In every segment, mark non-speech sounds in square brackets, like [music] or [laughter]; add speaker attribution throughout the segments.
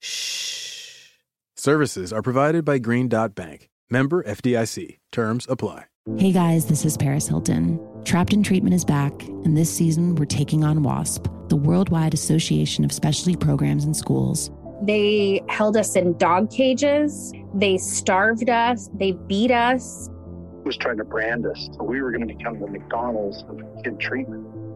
Speaker 1: Shh.
Speaker 2: Services are provided by Green Dot Bank. Member FDIC. Terms apply.
Speaker 3: Hey guys, this is Paris Hilton. Trapped in Treatment is back, and this season we're taking on WASP, the Worldwide Association of Specialty Programs and Schools.
Speaker 4: They held us in dog cages. They starved us. They beat us.
Speaker 5: was trying to brand us. So we were going to become the McDonald's of kid treatment.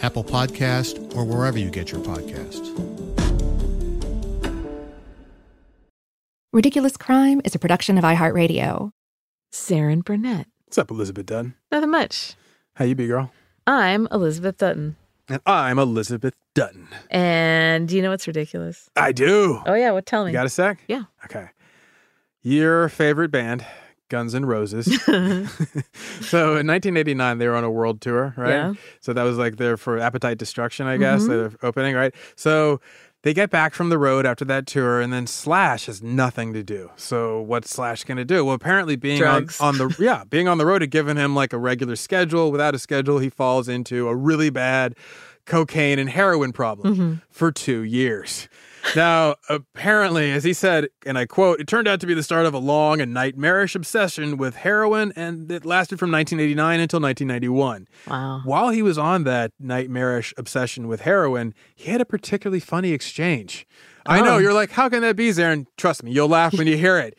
Speaker 6: Apple Podcast, or wherever you get your podcasts.
Speaker 7: Ridiculous Crime is a production of iHeartRadio.
Speaker 1: Saren Burnett.
Speaker 2: What's up, Elizabeth Dunn?
Speaker 1: Nothing much.
Speaker 2: How you be, girl?
Speaker 1: I'm Elizabeth Dutton.
Speaker 2: And I'm Elizabeth Dutton.
Speaker 1: And do you know what's ridiculous?
Speaker 2: I do.
Speaker 1: Oh, yeah. What? Tell me.
Speaker 2: You got a sec?
Speaker 1: Yeah.
Speaker 2: Okay. Your favorite band, Guns
Speaker 1: [laughs]
Speaker 2: N' Roses. [laughs] so in 1989, they were on a world tour, right?
Speaker 1: Yeah. Mm-hmm.
Speaker 2: So that was like their for Appetite Destruction, I guess, their opening, right? So they get back from the road after that tour, and then Slash has nothing to do. So what's Slash going to do? Well, apparently being on,
Speaker 1: Drugs.
Speaker 2: on
Speaker 1: [laughs]
Speaker 2: the yeah being on the road had given him like a regular schedule. Without a schedule, he falls into a really bad cocaine and heroin problem
Speaker 1: Mm-hmm.
Speaker 2: for two years. Now, apparently, as he said, and I quote, it turned out to be the start of a long and nightmarish obsession with heroin, and it lasted from 1989 until 1991.
Speaker 1: Wow.
Speaker 2: While he was on that nightmarish obsession with heroin, he had a particularly funny exchange. I know,
Speaker 1: Oh.
Speaker 2: you're like, how can that be, Zarin? Trust me, you'll laugh when you
Speaker 1: [laughs]
Speaker 2: hear it.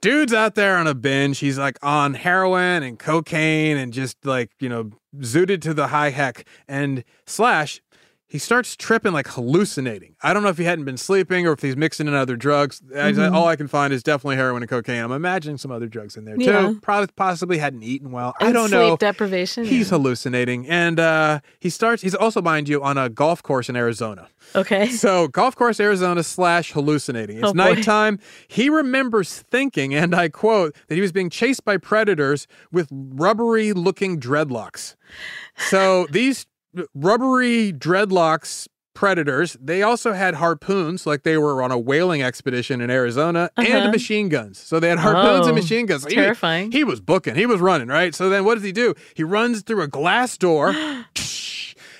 Speaker 2: Dude's out there on a binge. He's like on heroin and cocaine and just like, you know, zooted to the high heck. And Slash, he starts tripping, like hallucinating. I don't know if he hadn't been sleeping or if he's mixing in other drugs. I-
Speaker 1: Mm-hmm.
Speaker 2: all I can find is definitely heroin and cocaine. I'm imagining some other drugs in there too.
Speaker 1: Yeah.
Speaker 2: Probably possibly hadn't eaten well. I
Speaker 1: And
Speaker 2: don't
Speaker 1: sleep
Speaker 2: know.
Speaker 1: deprivation?
Speaker 2: He's hallucinating, and uh, he starts. He's also, mind you, on a golf course in Arizona.
Speaker 1: Okay.
Speaker 2: [laughs] So, golf course Arizona slash hallucinating. It's
Speaker 1: Oh, boy.
Speaker 2: nighttime. He remembers thinking, and I quote, that he was being chased by predators with rubbery looking dreadlocks.
Speaker 1: [laughs]
Speaker 2: So, these rubbery dreadlocks predators, they also had harpoons, like they were on a whaling expedition in Arizona,
Speaker 1: Uh-huh.
Speaker 2: and machine guns. So, they had harpoons and
Speaker 1: Oh,
Speaker 2: machine guns. He-
Speaker 1: terrifying.
Speaker 2: He, was booking, he was running, right? So, then what does he do? He runs through a
Speaker 1: [gasps]
Speaker 2: glass door. [sniffs]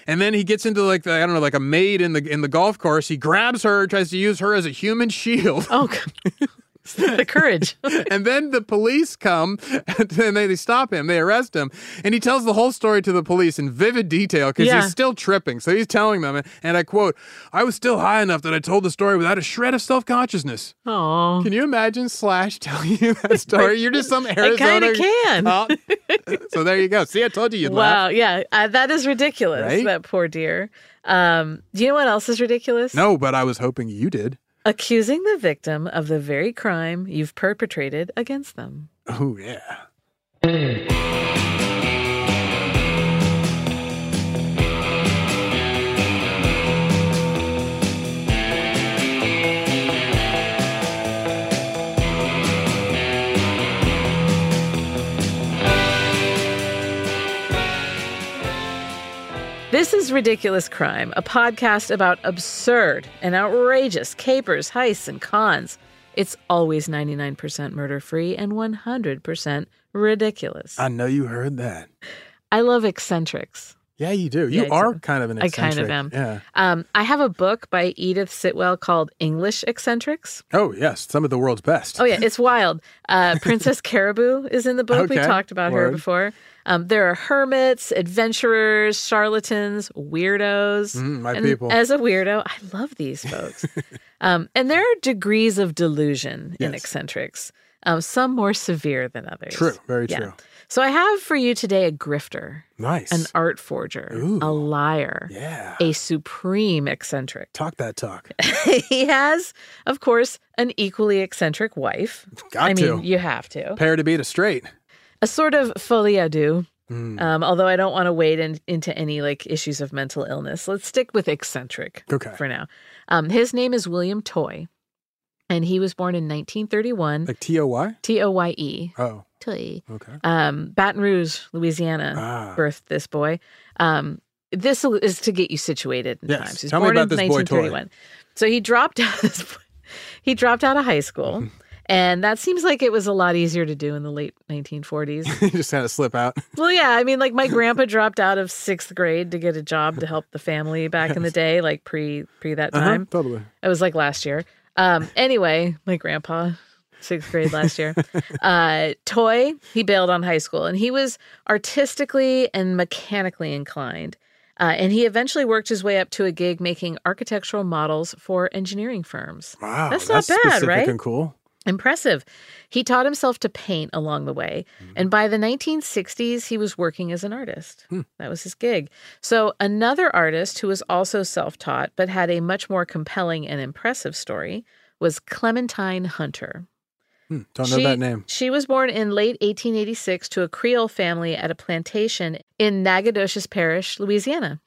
Speaker 2: And then he gets into like the, I don't know, like a maid in the in the golf course. He grabs her, tries to use her as a human shield.
Speaker 1: [laughs] oh, God. [laughs] the
Speaker 2: [laughs]
Speaker 1: courage.
Speaker 2: and then the police come and then they, they stop him. They arrest him. And he tells the whole story to the police in vivid detail because
Speaker 1: Yeah.
Speaker 2: he's still tripping. So he's telling them, and I quote, I was still high enough that I told the story without a shred of self consciousness.
Speaker 1: Oh.
Speaker 2: Can you imagine Slash telling you [laughs] that story? You're
Speaker 1: [laughs]
Speaker 2: just some Arizona.
Speaker 1: can.
Speaker 2: Oh. [laughs] so there you go. See, I told you you'd laugh.
Speaker 1: Wow. Yeah. Uh, that is ridiculous.
Speaker 2: Right?
Speaker 1: That poor dear. Um, do you know what else is ridiculous?
Speaker 2: No, but I was hoping you did.
Speaker 1: Accusing the victim of the very crime you've perpetrated against them.
Speaker 2: Oh, yeah.
Speaker 1: This is Ridiculous Crime, a podcast about absurd and outrageous capers, heists, and cons. It's always 99% murder free and 100% ridiculous.
Speaker 2: I know you heard that.
Speaker 1: I love eccentrics.
Speaker 2: Yeah, you do. You
Speaker 1: Yeah, I
Speaker 2: are
Speaker 1: do.
Speaker 2: kind of an
Speaker 1: I kind
Speaker 2: eccentric.
Speaker 1: of am.
Speaker 2: Yeah.
Speaker 1: Um, I have a book by Edith Sitwell called English Eccentrics.
Speaker 2: Oh, yes. Some of the world's best.
Speaker 1: Oh yeah, it's wild.
Speaker 2: [laughs]
Speaker 1: Uh, Princess Caribou is in the book. We've
Speaker 2: Okay,
Speaker 1: talked about her
Speaker 2: word.
Speaker 1: before. Um, there are hermits, adventurers, charlatans, weirdos.
Speaker 2: Mm, my
Speaker 1: And
Speaker 2: people.
Speaker 1: As a weirdo, I love these
Speaker 2: [laughs]
Speaker 1: folks. um, and there are degrees of delusion in
Speaker 2: Yes.
Speaker 1: eccentrics. Um, some more severe than others.
Speaker 2: True. Very
Speaker 1: Yeah.
Speaker 2: true.
Speaker 1: So I have for you today a grifter,
Speaker 2: Nice.
Speaker 1: an art forger, a liar,
Speaker 2: yeah.
Speaker 1: a supreme eccentric. [laughs]
Speaker 2: Talk that talk.
Speaker 1: he has, of course, an equally eccentric wife.
Speaker 2: Got
Speaker 1: I mean,
Speaker 2: to.
Speaker 1: you have to.
Speaker 2: Pair to beat a straight.
Speaker 1: a sort of folie à deux.
Speaker 2: Mm.
Speaker 1: Um, although I don't want to wade in, into any like issues of mental illness, let's stick with eccentric
Speaker 2: Okay.
Speaker 1: for now. Um, his name is William Toy, and he was born in 1931.
Speaker 2: Like T O Y?
Speaker 1: T O Y E.
Speaker 2: Oh,
Speaker 1: Toy.
Speaker 2: okay.
Speaker 1: Um, Baton Rouge, Louisiana,
Speaker 2: Ah.
Speaker 1: birthed this boy. Um, this is to get you situated in
Speaker 2: Yes.
Speaker 1: time. He's
Speaker 2: Tell me
Speaker 1: born
Speaker 2: about
Speaker 1: in
Speaker 2: this boy, Toy.
Speaker 1: 1931. So he dropped [laughs] out. this boy- he dropped out of high school,
Speaker 2: Mm-hmm.
Speaker 1: and that seems like it was a lot easier to do in the late
Speaker 2: [laughs]
Speaker 1: 1940s.
Speaker 2: [laughs] you just had to slip out.
Speaker 1: Well, yeah. I mean, like my grandpa dropped out of sixth grade to get a job to help the family back in the day, like pre pre that
Speaker 2: Uh-huh,
Speaker 1: time.
Speaker 2: totally.
Speaker 1: It was like last year. Um, anyway, my grandpa, sixth grade last year. uh, Toy, he bailed on high school and he was artistically and mechanically inclined. Uh, and he eventually worked his way up to a gig making architectural models for engineering firms.
Speaker 2: Wow.
Speaker 1: That's not bad,
Speaker 2: specific
Speaker 1: right?
Speaker 2: and cool.
Speaker 1: Impressive. He taught himself to paint along the way. And by the 1960s, he was working as an artist. That was his gig. So, another artist who was also self taught but had a much more compelling and impressive story was Clementine Hunter.
Speaker 2: Hmm, Don't know that name.
Speaker 1: She was born in late 1886 to a Creole family at a plantation in Nacogdoches Parish, Louisiana.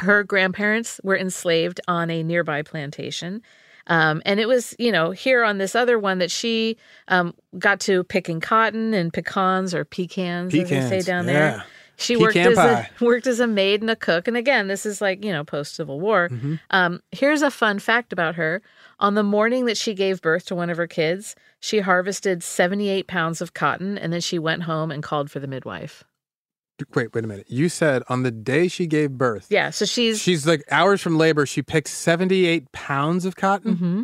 Speaker 1: Her grandparents were enslaved on a nearby plantation. Um, and it was, you know, here on this other one that she um, got to picking cotton and pecans or pecans, as they
Speaker 2: Pecans,
Speaker 1: say down
Speaker 2: yeah.
Speaker 1: there. She worked
Speaker 2: Pecan
Speaker 1: as
Speaker 2: pie.
Speaker 1: a [laughs] worked as a maid and a cook. And again, this is like, you know, post Civil War.
Speaker 2: Mhm.
Speaker 1: Um, here's a fun fact about her. On the morning that she gave birth to one of her kids, she harvested 78 pounds of cotton and then she went home and called for the midwife.
Speaker 2: Wait, wait a minute. You said on the day she gave birth,
Speaker 1: Yeah. So she's,
Speaker 2: she's like hours from labor, she picked 78 pounds of cotton.
Speaker 1: hmm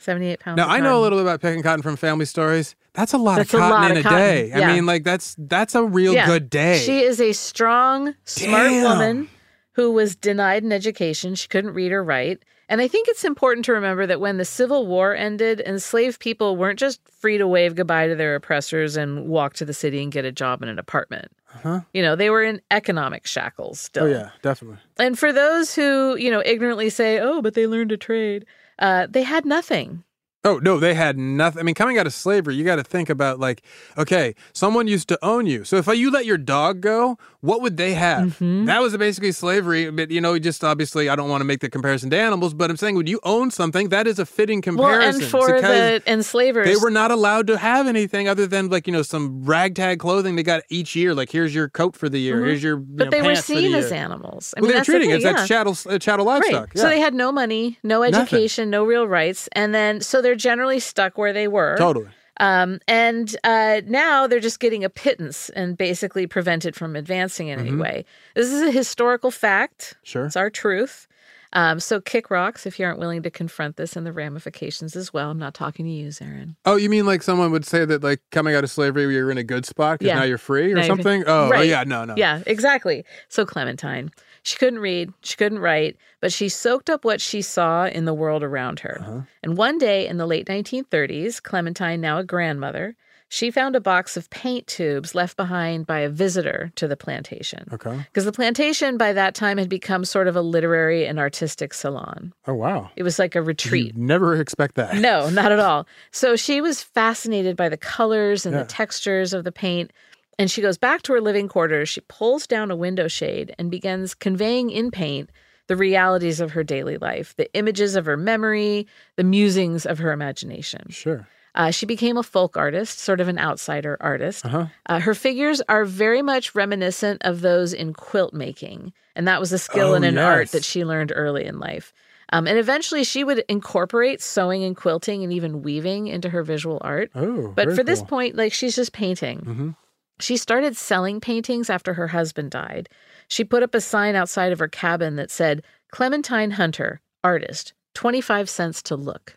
Speaker 1: 78 pounds.
Speaker 2: Now
Speaker 1: of
Speaker 2: I know a
Speaker 1: cotton.
Speaker 2: little about picking cotton from family stories. That's a lot
Speaker 1: That's a
Speaker 2: of cotton
Speaker 1: lot
Speaker 2: in
Speaker 1: of
Speaker 2: a
Speaker 1: cotton,
Speaker 2: day.
Speaker 1: yeah.
Speaker 2: I mean, like that's that's a real
Speaker 1: Yeah.
Speaker 2: good day.
Speaker 1: She is a strong, smart
Speaker 2: Damn.
Speaker 1: woman who was denied an education. She couldn't read or write. And I think it's important to remember that when the Civil War ended, enslaved people weren't just free to wave goodbye to their oppressors and walk to the city and get a job in an apartment.
Speaker 2: huh?
Speaker 1: You know, they were in economic shackles still.
Speaker 2: Uh-huh. Oh yeah, definitely.
Speaker 1: And for those who, you know, ignorantly say, oh, but they learned a trade, uh, they had nothing.
Speaker 2: Oh no, they had nothing. I mean, coming out of slavery, you got to think about like, okay, someone used to own you. So if you let your dog go, what would they have?
Speaker 1: Mm-hmm.
Speaker 2: That was basically slavery. But you know, just obviously, I don't want to make the comparison to animals, but I'm saying when you own something, that is a fitting
Speaker 1: Well,
Speaker 2: comparison.
Speaker 1: and for
Speaker 2: because
Speaker 1: the enslavers,
Speaker 2: they were not allowed to have anything other than like you know some ragtag clothing they got each year. Like here's your coat for the year.
Speaker 1: Mhm.
Speaker 2: Here's your you
Speaker 1: but
Speaker 2: know,
Speaker 1: they were
Speaker 2: pants for the
Speaker 1: seen as
Speaker 2: year.
Speaker 1: animals. I mean,
Speaker 2: well, they were
Speaker 1: that's the
Speaker 2: treating
Speaker 1: thing,
Speaker 2: it
Speaker 1: yeah.
Speaker 2: as chattel uh, chattel livestock.
Speaker 1: So
Speaker 2: yeah.
Speaker 1: they had no money, no
Speaker 2: Nothing.
Speaker 1: education, no real rights, and then so they're generally stuck where they were.
Speaker 2: totally.
Speaker 1: Um, and uh, now they're just getting a pittance and basically prevented from advancing in any
Speaker 2: Mhm.
Speaker 1: way. This is a historical fact.
Speaker 2: Sure.
Speaker 1: It's our truth. Um, so kick rocks if you aren't willing to confront this and the ramifications as well. I'm not talking to you, Zarin.
Speaker 2: Oh, you mean like someone would say that like coming out of slavery, we were in a good spot because
Speaker 1: Yeah.
Speaker 2: now you're free or
Speaker 1: Now you're free.
Speaker 2: something? Oh, oh,
Speaker 1: Right.
Speaker 2: yeah, no, no.
Speaker 1: Yeah, exactly. So Clementine, she couldn't read, she couldn't write, but she soaked up what she saw in the world around her.
Speaker 2: Uh-huh.
Speaker 1: And one day in the late 1930s, Clementine, now a grandmother, she found a box of paint tubes left behind by a visitor to the plantation.
Speaker 2: Okay.
Speaker 1: Because the plantation by that time had become sort of a literary and artistic salon.
Speaker 2: Oh, wow.
Speaker 1: It was like a retreat.
Speaker 2: You'd never expect that.
Speaker 1: No, not at all. So she was fascinated by the colors and
Speaker 2: Yeah.
Speaker 1: the textures of the paint. And she goes back to her living quarters. She pulls down a window shade and begins conveying in paint the realities of her daily life, the images of her memory, the musings of her imagination.
Speaker 2: Sure.
Speaker 1: Uh, she became a folk artist, sort of an outsider artist.
Speaker 2: Uh huh.
Speaker 1: Uh, her figures are very much reminiscent of those in quilt making, and that was a skill
Speaker 2: Oh,
Speaker 1: and an art
Speaker 2: yes.
Speaker 1: that she learned early in life. Um, and eventually, she would incorporate sewing and quilting and even weaving into her visual art.
Speaker 2: Oh,
Speaker 1: but
Speaker 2: very
Speaker 1: for this
Speaker 2: cool.
Speaker 1: point, like she's just painting.
Speaker 2: Mhm.
Speaker 1: She started selling paintings after her husband died. She put up a sign outside of her cabin that said, Clementine Hunter, artist, 25 cents to
Speaker 2: [laughs]
Speaker 1: look.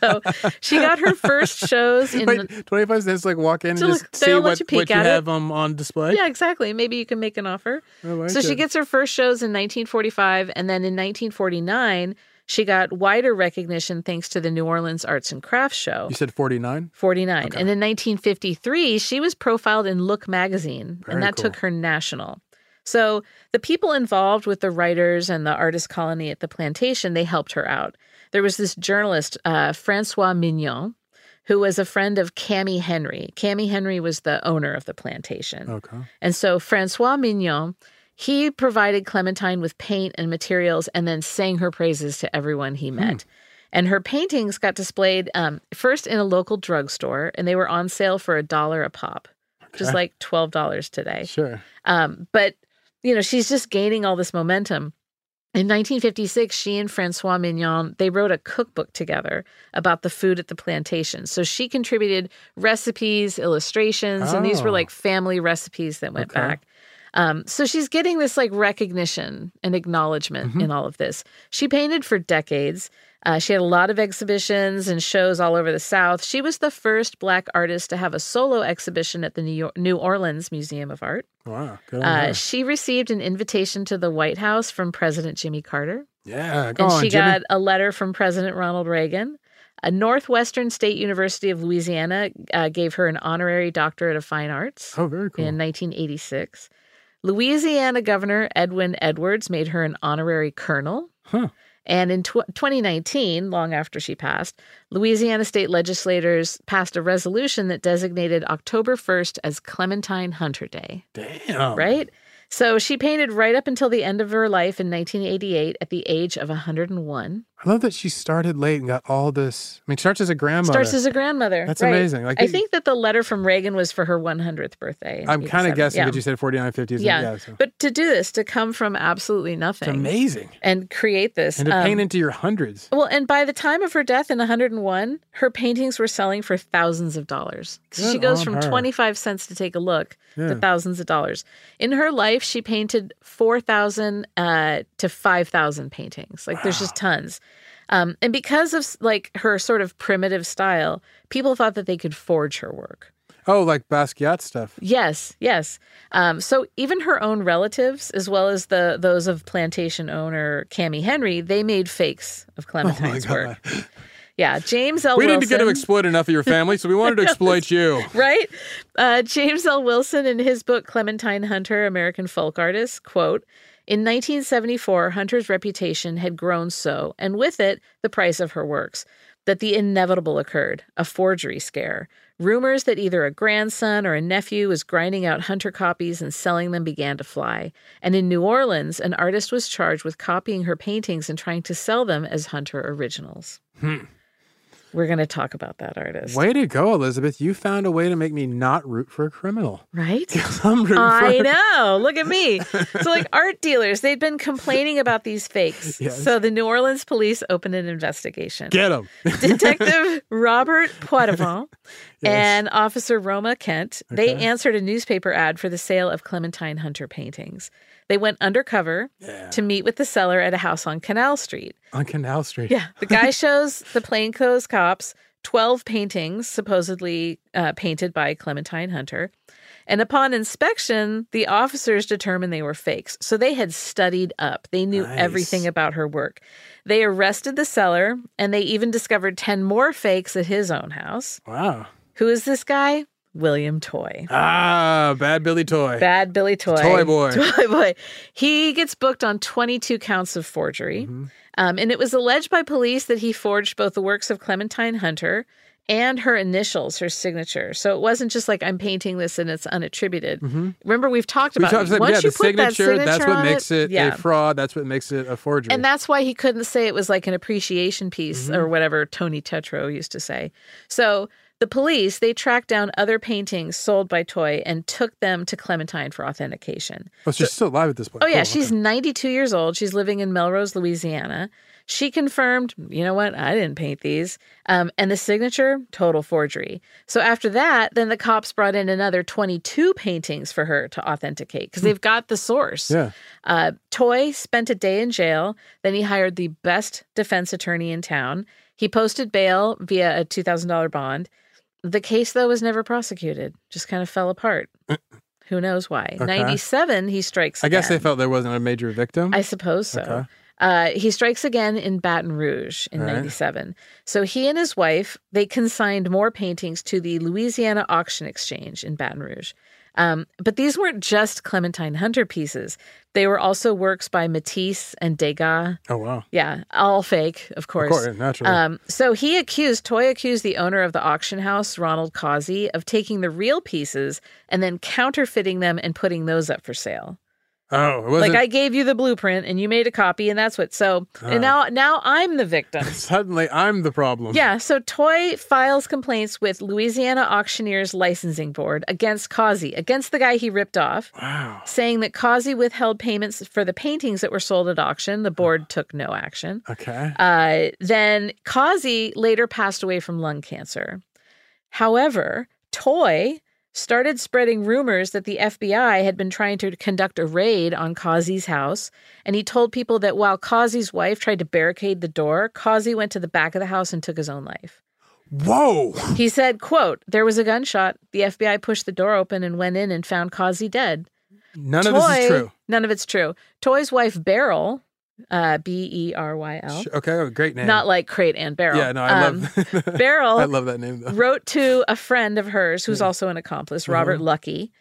Speaker 1: so she got her first shows in
Speaker 2: Wait,
Speaker 1: the-
Speaker 2: 25 cents, like walk in and
Speaker 1: To
Speaker 2: just
Speaker 1: look-
Speaker 2: see
Speaker 1: they'll let
Speaker 2: what
Speaker 1: you
Speaker 2: you,
Speaker 1: peek
Speaker 2: what you
Speaker 1: at it.
Speaker 2: have um, on display.
Speaker 1: Yeah, exactly. Maybe you can make an offer.
Speaker 2: I like
Speaker 1: so she
Speaker 2: it.
Speaker 1: gets her first shows in 1945, and then in 1949, she got wider recognition thanks to the New Orleans Arts and Crafts Show.
Speaker 2: You said 49?
Speaker 1: 49. And in 1953, she was profiled in Look magazine,
Speaker 2: Very
Speaker 1: and that
Speaker 2: cool.
Speaker 1: took her national. So the people involved with the writers and the artist colony at the plantation, they helped her out. There was this journalist, uh, Francois Mignon, who was a friend of Cammy Henry. Cammy Henry was the owner of the plantation. [laughs]
Speaker 2: Okay.
Speaker 1: And so Francois Mignon, he provided Clementine with paint and materials and then sang her praises to everyone he met. And her paintings got displayed um, first in a local drugstore, and they were on sale for a dollar a pop, which is
Speaker 2: Okay.
Speaker 1: like $12 today.
Speaker 2: Sure.
Speaker 1: Um, but, you know, she's just gaining all this momentum. In 1956, she and Francois Mignon, they wrote a cookbook together about the food at the plantation. So she contributed recipes, illustrations, and these were
Speaker 8: Oh.
Speaker 1: like family recipes that went
Speaker 8: Okay.
Speaker 1: back. Um, so she's getting this like recognition and acknowledgment
Speaker 8: Mm-hmm.
Speaker 1: in all of this. She painted for decades. Uh, she had a lot of exhibitions and shows all over the South. She was the first Black artist to have a solo exhibition at the New, York, New Orleans Museum of Art.
Speaker 2: Wow. Good on
Speaker 1: Uh,
Speaker 2: her.
Speaker 1: she received an invitation to the White House from President Jimmy Carter.
Speaker 2: yeah. Go
Speaker 1: and
Speaker 2: on,
Speaker 1: she
Speaker 2: Jimmy.
Speaker 1: got a letter from President Ronald Reagan. A Northwestern State University of Louisiana uh, gave her an honorary doctorate of fine arts.
Speaker 2: Oh, very cool.
Speaker 1: In 1986. Louisiana Governor Edwin Edwards made her an honorary colonel. And in tw- 2019, long after she passed, Louisiana state legislators passed a resolution that designated October 1st as Clementine Hunter Day.
Speaker 2: Damn.
Speaker 1: Right? So she painted right up until the end of her life in 1988 at the age of 101.
Speaker 2: I love that she started late and got all this. I mean, starts as a grandmother.
Speaker 1: Starts as a grandmother.
Speaker 2: That's
Speaker 1: right.
Speaker 2: amazing. Like,
Speaker 1: I think that the letter from Reagan was for her 100th birthday. in
Speaker 2: I'm kind
Speaker 1: 87.
Speaker 2: of guessing,
Speaker 1: Yeah.
Speaker 2: but you said 4950. isn't it?
Speaker 1: yeah.
Speaker 2: yeah so.
Speaker 1: But to do this, to come from absolutely nothing.
Speaker 2: amazing.
Speaker 1: And create this.
Speaker 2: And to
Speaker 1: um,
Speaker 2: paint into your hundreds.
Speaker 1: well, and by the time of her death in 101, her paintings were selling for thousands of dollars. So
Speaker 8: Good
Speaker 1: she goes
Speaker 8: on
Speaker 1: from
Speaker 8: her.
Speaker 1: 25 cents to take a look
Speaker 8: Yeah.
Speaker 1: to thousands of dollars. In her life, she painted 4,000 uh, to 5,000 paintings. Like there's just tons. Um, and because of like her sort of primitive style, people thought that they could forge her work.
Speaker 2: Oh, like Basquiat stuff.
Speaker 1: Yes, yes. Um, so even her own relatives, as well as the those of plantation owner Cammy Henry, they made fakes of Clementine's work. Yeah, James L.
Speaker 2: Oh We
Speaker 1: Wilson.
Speaker 2: didn't get to exploit enough of your family, so we
Speaker 1: [laughs]
Speaker 2: wanted to exploit you.
Speaker 1: right? Uh, James L. Wilson, in his book Clementine Hunter, American Folk Artist, quote, in 1974, Hunter's reputation had grown so, and with it, the price of her works, that the inevitable occurred a forgery scare. Rumors that either a grandson or a nephew was grinding out Hunter copies and selling them began to fly. And in New Orleans, an artist was charged with copying her paintings and trying to sell them as Hunter originals.
Speaker 2: Hmm.
Speaker 1: We're going to talk about that artist.
Speaker 2: Way to go, Elizabeth. You found a way to make me not root for a criminal. [laughs]
Speaker 1: Right?
Speaker 2: I'm rooting
Speaker 1: I
Speaker 2: for
Speaker 1: know. Look at me. So,
Speaker 2: [laughs]
Speaker 1: like art dealers, they'd been complaining about these fakes.
Speaker 2: Yes.
Speaker 1: So, the New Orleans police opened an investigation.
Speaker 2: [laughs] Get him.
Speaker 1: [laughs] Detective Robert Poitevin
Speaker 2: Yes.
Speaker 1: and Officer Roma Kent, they
Speaker 2: Okay.
Speaker 1: answered a newspaper ad for the sale of Clementine Hunter paintings. They went undercover to meet with the seller at a house on Canal Street.
Speaker 2: [laughs] On Canal Street.
Speaker 1: Yeah, the guy shows the plainclothes cops 12 paintings supposedly uh, painted by Clementine Hunter. And upon inspection, the officers determined they were fakes. So they had studied up. They knew
Speaker 8: Nice.
Speaker 1: everything about her work. They arrested the seller and they even discovered 10 more fakes at his own house.
Speaker 2: Wow.
Speaker 1: Who is this guy? William Toy.
Speaker 2: Ah, bad Billy Toy.
Speaker 1: Bad Billy Toy.
Speaker 2: Toy
Speaker 1: [laughs]
Speaker 2: boy.
Speaker 1: Toy boy. He gets booked on 22 counts of forgery.
Speaker 2: Mm-hmm.
Speaker 1: Um, and it was alleged by police that he forged both the works of Clementine Hunter and her initials, her signature. So it wasn't just like I'm painting this and it's unattributed.
Speaker 2: Mhm.
Speaker 1: Remember, we've talked
Speaker 2: We
Speaker 1: about
Speaker 2: talked
Speaker 1: it.
Speaker 2: about-
Speaker 1: Once
Speaker 2: yeah,
Speaker 1: you
Speaker 2: the
Speaker 1: put that signature
Speaker 2: that's what
Speaker 1: on
Speaker 2: makes it,
Speaker 1: yeah.
Speaker 2: a fraud. That's what makes it a forgery.
Speaker 1: And that's why he couldn't say it was like an appreciation piece
Speaker 2: Mhm.
Speaker 1: or whatever Tony Tetro used to say. So the police, they tracked down other paintings sold by Toy and took them to Clementine for authentication.
Speaker 2: oh, she's still alive at this point.
Speaker 1: Oh, yeah.
Speaker 2: Cool,
Speaker 1: She's
Speaker 2: okay.
Speaker 1: 92 years old. She's living in Melrose, Louisiana. She confirmed, you know what, I didn't paint these. Um, and the signature, total forgery. So after that, then the cops brought in another 22 paintings for her to authenticate because they've got the source.
Speaker 9: Yeah.
Speaker 1: Uh, Toy spent a day in jail. Then he hired the best defense attorney in town. He posted bail via a $2,000 bond. The case, though, was never prosecuted, just kind of fell apart. Who knows why?
Speaker 9: Uh, Okay.
Speaker 1: 97, he strikes.
Speaker 9: I guess
Speaker 1: again.
Speaker 9: they felt there wasn't a major victim.
Speaker 1: I suppose so.
Speaker 9: Okay.
Speaker 1: Uh, he strikes again in Baton Rouge in
Speaker 9: All right.
Speaker 1: 97. So he and his wife, they consigned more paintings to the Louisiana Auction Exchange in Baton Rouge. Um, but these weren't just Clementine Hunter pieces. They were also works by Matisse and Degas.
Speaker 9: Oh wow.
Speaker 1: Yeah, all fake, of course.
Speaker 9: course, naturally.
Speaker 1: Um, so he accused, Toy accused the owner of the auction house, Ronald Causey, of taking the real pieces and then counterfeiting them and putting those up for sale.
Speaker 9: Oh, it wasn't.
Speaker 1: Like I gave you the blueprint and you made a copy and that's what. So
Speaker 9: Ah. Oh.
Speaker 1: and now now I'm the
Speaker 9: [laughs]
Speaker 1: victim.
Speaker 9: suddenly I'm the problem.
Speaker 1: yeah. So Toy files complaints with Louisiana Auctioneers Licensing Board against Causey, against the guy he ripped off.
Speaker 9: Wow.
Speaker 1: Saying that Causey withheld payments for the paintings that were sold at auction.
Speaker 9: Ah.
Speaker 1: The board took no action.
Speaker 9: Okay.
Speaker 1: Uh, then Causey later passed away from lung cancer. However, Toy started spreading rumors that the FBI had been trying to conduct a raid on Causey's house, and he told people that while Causey's wife tried to barricade the door, Causey went to the back of the house and took his own life.
Speaker 9: Whoa.
Speaker 1: He said, quote, there was a gunshot. The FBI pushed the door open and went in and found Causey dead.
Speaker 9: None of this is
Speaker 1: Toy-
Speaker 9: true.
Speaker 1: None of it's true. Toy's wife, Beryl, uh, B E R Y L.
Speaker 9: Sh- Okay. oh, Great name.
Speaker 1: Not like crate and barrel.
Speaker 9: Yeah. No, [laughs] I
Speaker 1: Um,
Speaker 9: love.
Speaker 1: Beryl
Speaker 9: I love that name though.
Speaker 1: wrote to a friend of hers who's also an accomplice, Robert
Speaker 9: Mhm.
Speaker 1: Lucky.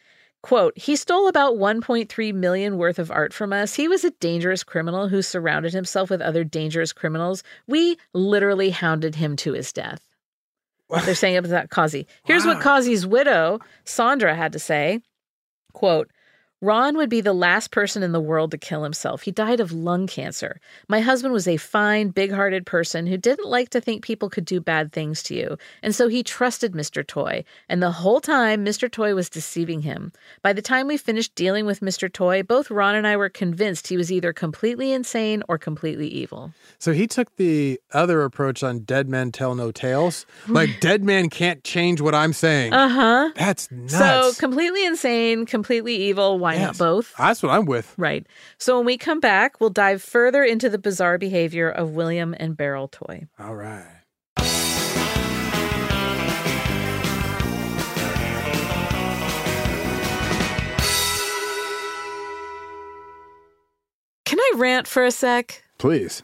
Speaker 1: Quote, he stole about 1.3 million worth of art from us. He was a dangerous criminal who surrounded himself with other dangerous criminals. We literally hounded him to his death. [laughs] They're saying about Causey. Here's what Causey's widow, Sandra, had to say. Quote, Ron would be the last person in the world to kill himself. He died of lung cancer. My husband was a fine, big hearted person who didn't like to think people could do bad things to you. And so he trusted Mr. Toy. And the whole time, Mr. Toy was deceiving him. By the time we finished dealing with Mr. Toy, both Ron and I were convinced he was either completely insane or completely evil.
Speaker 9: [laughs] So he took the other approach on Dead Men Tell No Tales.
Speaker 1: [laughs]
Speaker 9: Like, Dead Man can't change what I'm saying.
Speaker 1: Uh huh.
Speaker 9: That's nuts.
Speaker 1: So completely insane, completely evil. Why not
Speaker 9: Yes.
Speaker 1: both?
Speaker 9: That's what I'm with.
Speaker 1: Right. So when we come back, we'll dive further into the bizarre behavior of William and Beryl Toy.
Speaker 9: All right.
Speaker 1: Can I rant for a sec?
Speaker 9: Please.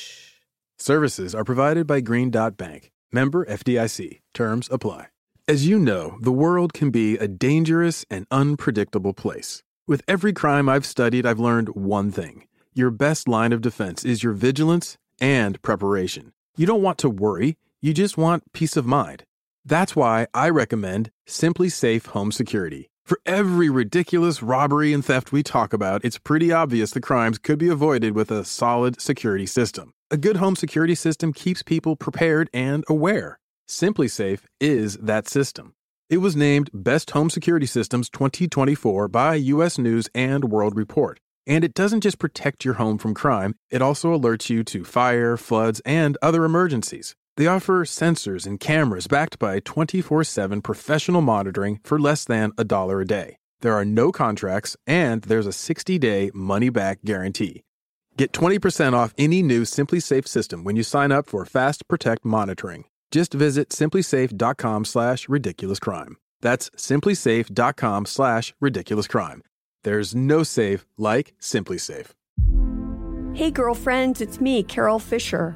Speaker 2: Services are provided by Green Dot Bank, member FDIC. Terms apply. As you know, the world can be a dangerous and unpredictable place. With every crime I've studied, I've learned one thing your best line of defense is your vigilance and preparation. You don't want to worry, you just want peace of mind. That's why I recommend Simply Safe Home Security. For every ridiculous robbery and theft we talk about, it's pretty obvious the crimes could be avoided with a solid security system. A good home security system keeps people prepared and aware. Simply Safe is that system. It was named Best Home Security Systems 2024 by US News and World Report. And it doesn't just protect your home from crime, it also alerts you to fire, floods, and other emergencies. They offer sensors and cameras backed by 24 7 professional monitoring for less than a dollar a day. There are no contracts, and there's a 60 day money back guarantee. Get 20% off any new Simply Safe system when you sign up for Fast Protect monitoring. Just visit simplysafe.com slash ridiculous crime. That's simplysafe.com slash ridiculous crime. There's no safe like Simply Safe.
Speaker 6: Hey, girlfriends, it's me, Carol Fisher.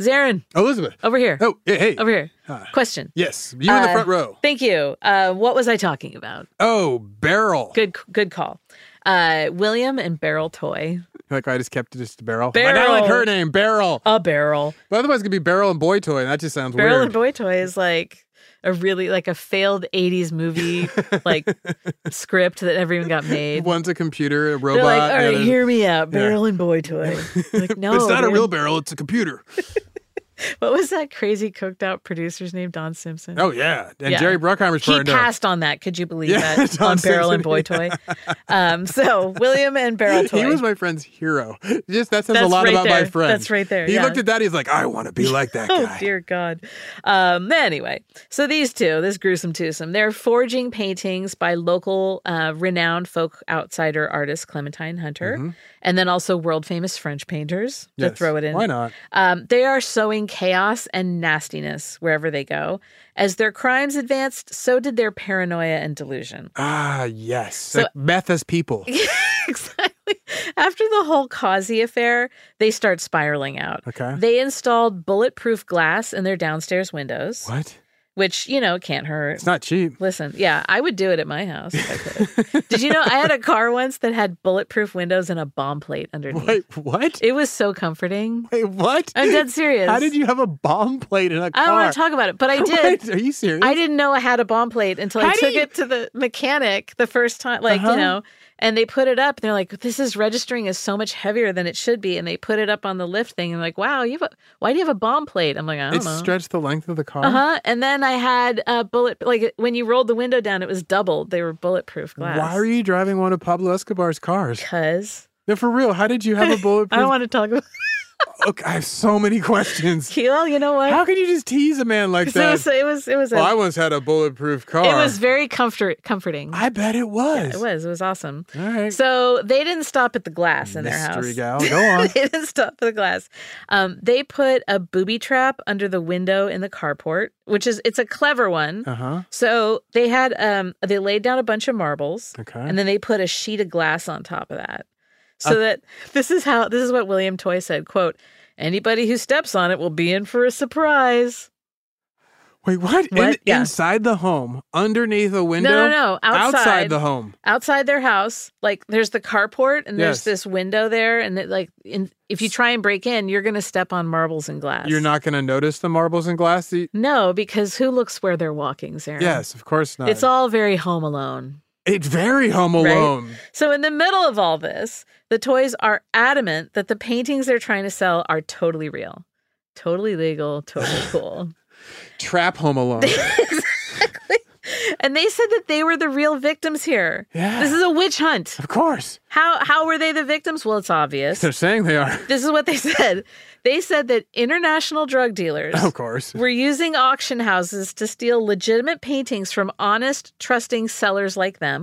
Speaker 1: Zarin.
Speaker 2: Elizabeth.
Speaker 1: Over here.
Speaker 2: Oh, yeah, hey.
Speaker 1: Uh, Over here.
Speaker 2: Hi.
Speaker 1: Question.
Speaker 2: Yes, you in the
Speaker 1: Uh,
Speaker 2: front row.
Speaker 1: Thank you. Uh, what was I talking about?
Speaker 2: Oh, barrel.
Speaker 1: Good, good call. Uh, William and Barrel Toy.
Speaker 2: Like I just kept it just a barrel.
Speaker 1: Barrel.
Speaker 2: I like her name, barrel.
Speaker 1: A barrel.
Speaker 2: But otherwise, it could be barrel and boy toy, and that just sounds
Speaker 1: Barrel Uh, and
Speaker 2: weird.
Speaker 1: Boy Toy is like a really like a failed '80s
Speaker 2: [laughs]
Speaker 1: movie like script that never even got made.
Speaker 2: One's a computer, a
Speaker 1: They're
Speaker 2: robot.
Speaker 1: like, all right,
Speaker 2: and a-
Speaker 1: hear me out,
Speaker 2: Yeah.
Speaker 1: Barrel and Boy
Speaker 2: [laughs]
Speaker 1: Toy. Like, no,
Speaker 2: it's not a
Speaker 1: dude.
Speaker 2: real barrel; it's a computer.
Speaker 1: What was that crazy cooked out producer's name? Don Simpson.
Speaker 2: Oh yeah, and Jerry Bruckheimer's
Speaker 1: He
Speaker 2: partner. [laughs]
Speaker 1: passed on that. Could you believe
Speaker 2: Yeah,
Speaker 1: that
Speaker 2: [laughs] Don
Speaker 1: on Barrel
Speaker 2: Simpson,
Speaker 1: and Boy Toy? Um, so William and Barrel Toy.
Speaker 2: [laughs] He was my friend's hero. Just that says a
Speaker 1: That's
Speaker 2: lot
Speaker 1: right
Speaker 2: about my
Speaker 1: there.
Speaker 2: friend.
Speaker 1: That's right there,
Speaker 2: He
Speaker 1: yeah.
Speaker 2: looked at that. He's like, I
Speaker 1: [laughs]
Speaker 2: want to be like that guy.
Speaker 1: Oh dear God. Um, anyway, so these two, this gruesome twosome, they're forging paintings by local, uh, renowned folk outsider artist Clementine Hunter,
Speaker 2: Mhm.
Speaker 1: and then also world famous French painters. to
Speaker 2: Yes.
Speaker 1: throw it in.
Speaker 2: Why not?
Speaker 1: Um, they are sowing chaos and nastiness wherever they go. As their crimes advanced, so did their paranoia and delusion. [laughs]
Speaker 2: Ah, yes. like meth as people.
Speaker 1: After the whole Causey affair, they start spiraling out.
Speaker 2: Okay.
Speaker 1: They installed bulletproof glass in their downstairs windows.
Speaker 2: What?
Speaker 1: Which, you know, can't hurt. It's [laughs]
Speaker 2: not cheap.
Speaker 1: Listen, yeah, I would do it at my house if I
Speaker 2: [laughs]
Speaker 1: could. Did you know I had a car once that had bulletproof windows and a bomb plate underneath?
Speaker 2: Wait, what?
Speaker 1: It was so comforting.
Speaker 2: Wait, what?
Speaker 1: I'm dead serious.
Speaker 2: [laughs]
Speaker 1: Oh,
Speaker 2: How did you have a bomb plate in a car?
Speaker 1: I don't want to talk about it, but I did.
Speaker 2: [laughs] What? Are you serious?
Speaker 1: I didn't know I had a bomb plate until I
Speaker 2: How do
Speaker 1: took
Speaker 2: you-
Speaker 1: it to the mechanic the first time, like,
Speaker 2: Uh-huh.
Speaker 1: you know, and they put it up. And they're like, this is registering is so much heavier than it should be. And they put it up on the lift thing and like, wow, you have a, why do you have a bomb plate? I'm like, I don't
Speaker 2: It
Speaker 1: know.
Speaker 2: stretched the length of the car.
Speaker 1: Uh huh. And then I had a bullet, like when you rolled the window down, it was doubled. They were bulletproof glass.
Speaker 2: Why are you driving one of Pablo Escobar's
Speaker 1: [laughs]
Speaker 2: cars?
Speaker 1: Because.
Speaker 2: No, for real. How did you have a
Speaker 1: [laughs]
Speaker 2: bulletproof?
Speaker 1: I don't want to talk about
Speaker 2: Look, I have so many [laughs] questions.
Speaker 1: Keel. [laughs] You know [laughs] what?
Speaker 2: How could you just tease a man
Speaker 1: [laughs]
Speaker 2: like
Speaker 1: 'Cause it
Speaker 2: that?
Speaker 1: was, it was, it was, a-
Speaker 2: well, I once had a bulletproof car.
Speaker 1: It was very comfort comforting. I
Speaker 2: bet it was.
Speaker 1: it was. It was awesome.
Speaker 2: All right.
Speaker 1: So they didn't stop at the glass in
Speaker 2: Mystery
Speaker 1: their
Speaker 2: gal.
Speaker 1: house.
Speaker 2: Go
Speaker 1: [laughs]
Speaker 2: on.
Speaker 1: they didn't stop at the glass. Um, they put a booby trap under the window in the carport, which is it's a clever one.
Speaker 2: Uh huh.
Speaker 1: So they had um they laid down a bunch of marbles,
Speaker 2: Okay.
Speaker 1: and then they put a sheet of glass on top of that, so
Speaker 2: Uh,
Speaker 1: that this is how this is what William Toy said. Quote: Anybody who steps on it will be in for a surprise.
Speaker 2: Wait, what? In-
Speaker 1: What? Yeah.
Speaker 2: Inside the home, underneath a window.
Speaker 1: No, no, no. Outside,
Speaker 2: the home.
Speaker 1: Outside their house, like there's the carport and
Speaker 2: Yes.
Speaker 1: there's this window there, and it, like in, if you try and break in, you're gonna step on marbles and glass.
Speaker 2: You're not going to notice the marbles and glass. that you-
Speaker 1: no, because who looks where they're walking, Sarah?
Speaker 2: Yes, of course not.
Speaker 1: It's all very Home Alone.
Speaker 2: It's very Home Alone.
Speaker 1: Right? So, in the middle of all this, the toys are adamant that the paintings they're trying to sell are totally real, totally legal, totally
Speaker 2: [laughs]
Speaker 1: cool.
Speaker 2: Trap Home
Speaker 1: [laughs]
Speaker 2: Alone.
Speaker 1: And they said that they were the real victims here.
Speaker 2: Yeah.
Speaker 1: This is a witch hunt.
Speaker 2: Of course.
Speaker 1: How how were they the victims? Well, it's obvious.
Speaker 2: They're saying they are.
Speaker 1: This is what they [laughs] said. They said that international drug dealers
Speaker 2: Of course.
Speaker 1: were using auction houses to steal legitimate paintings from honest, trusting sellers like
Speaker 2: [laughs]
Speaker 1: them.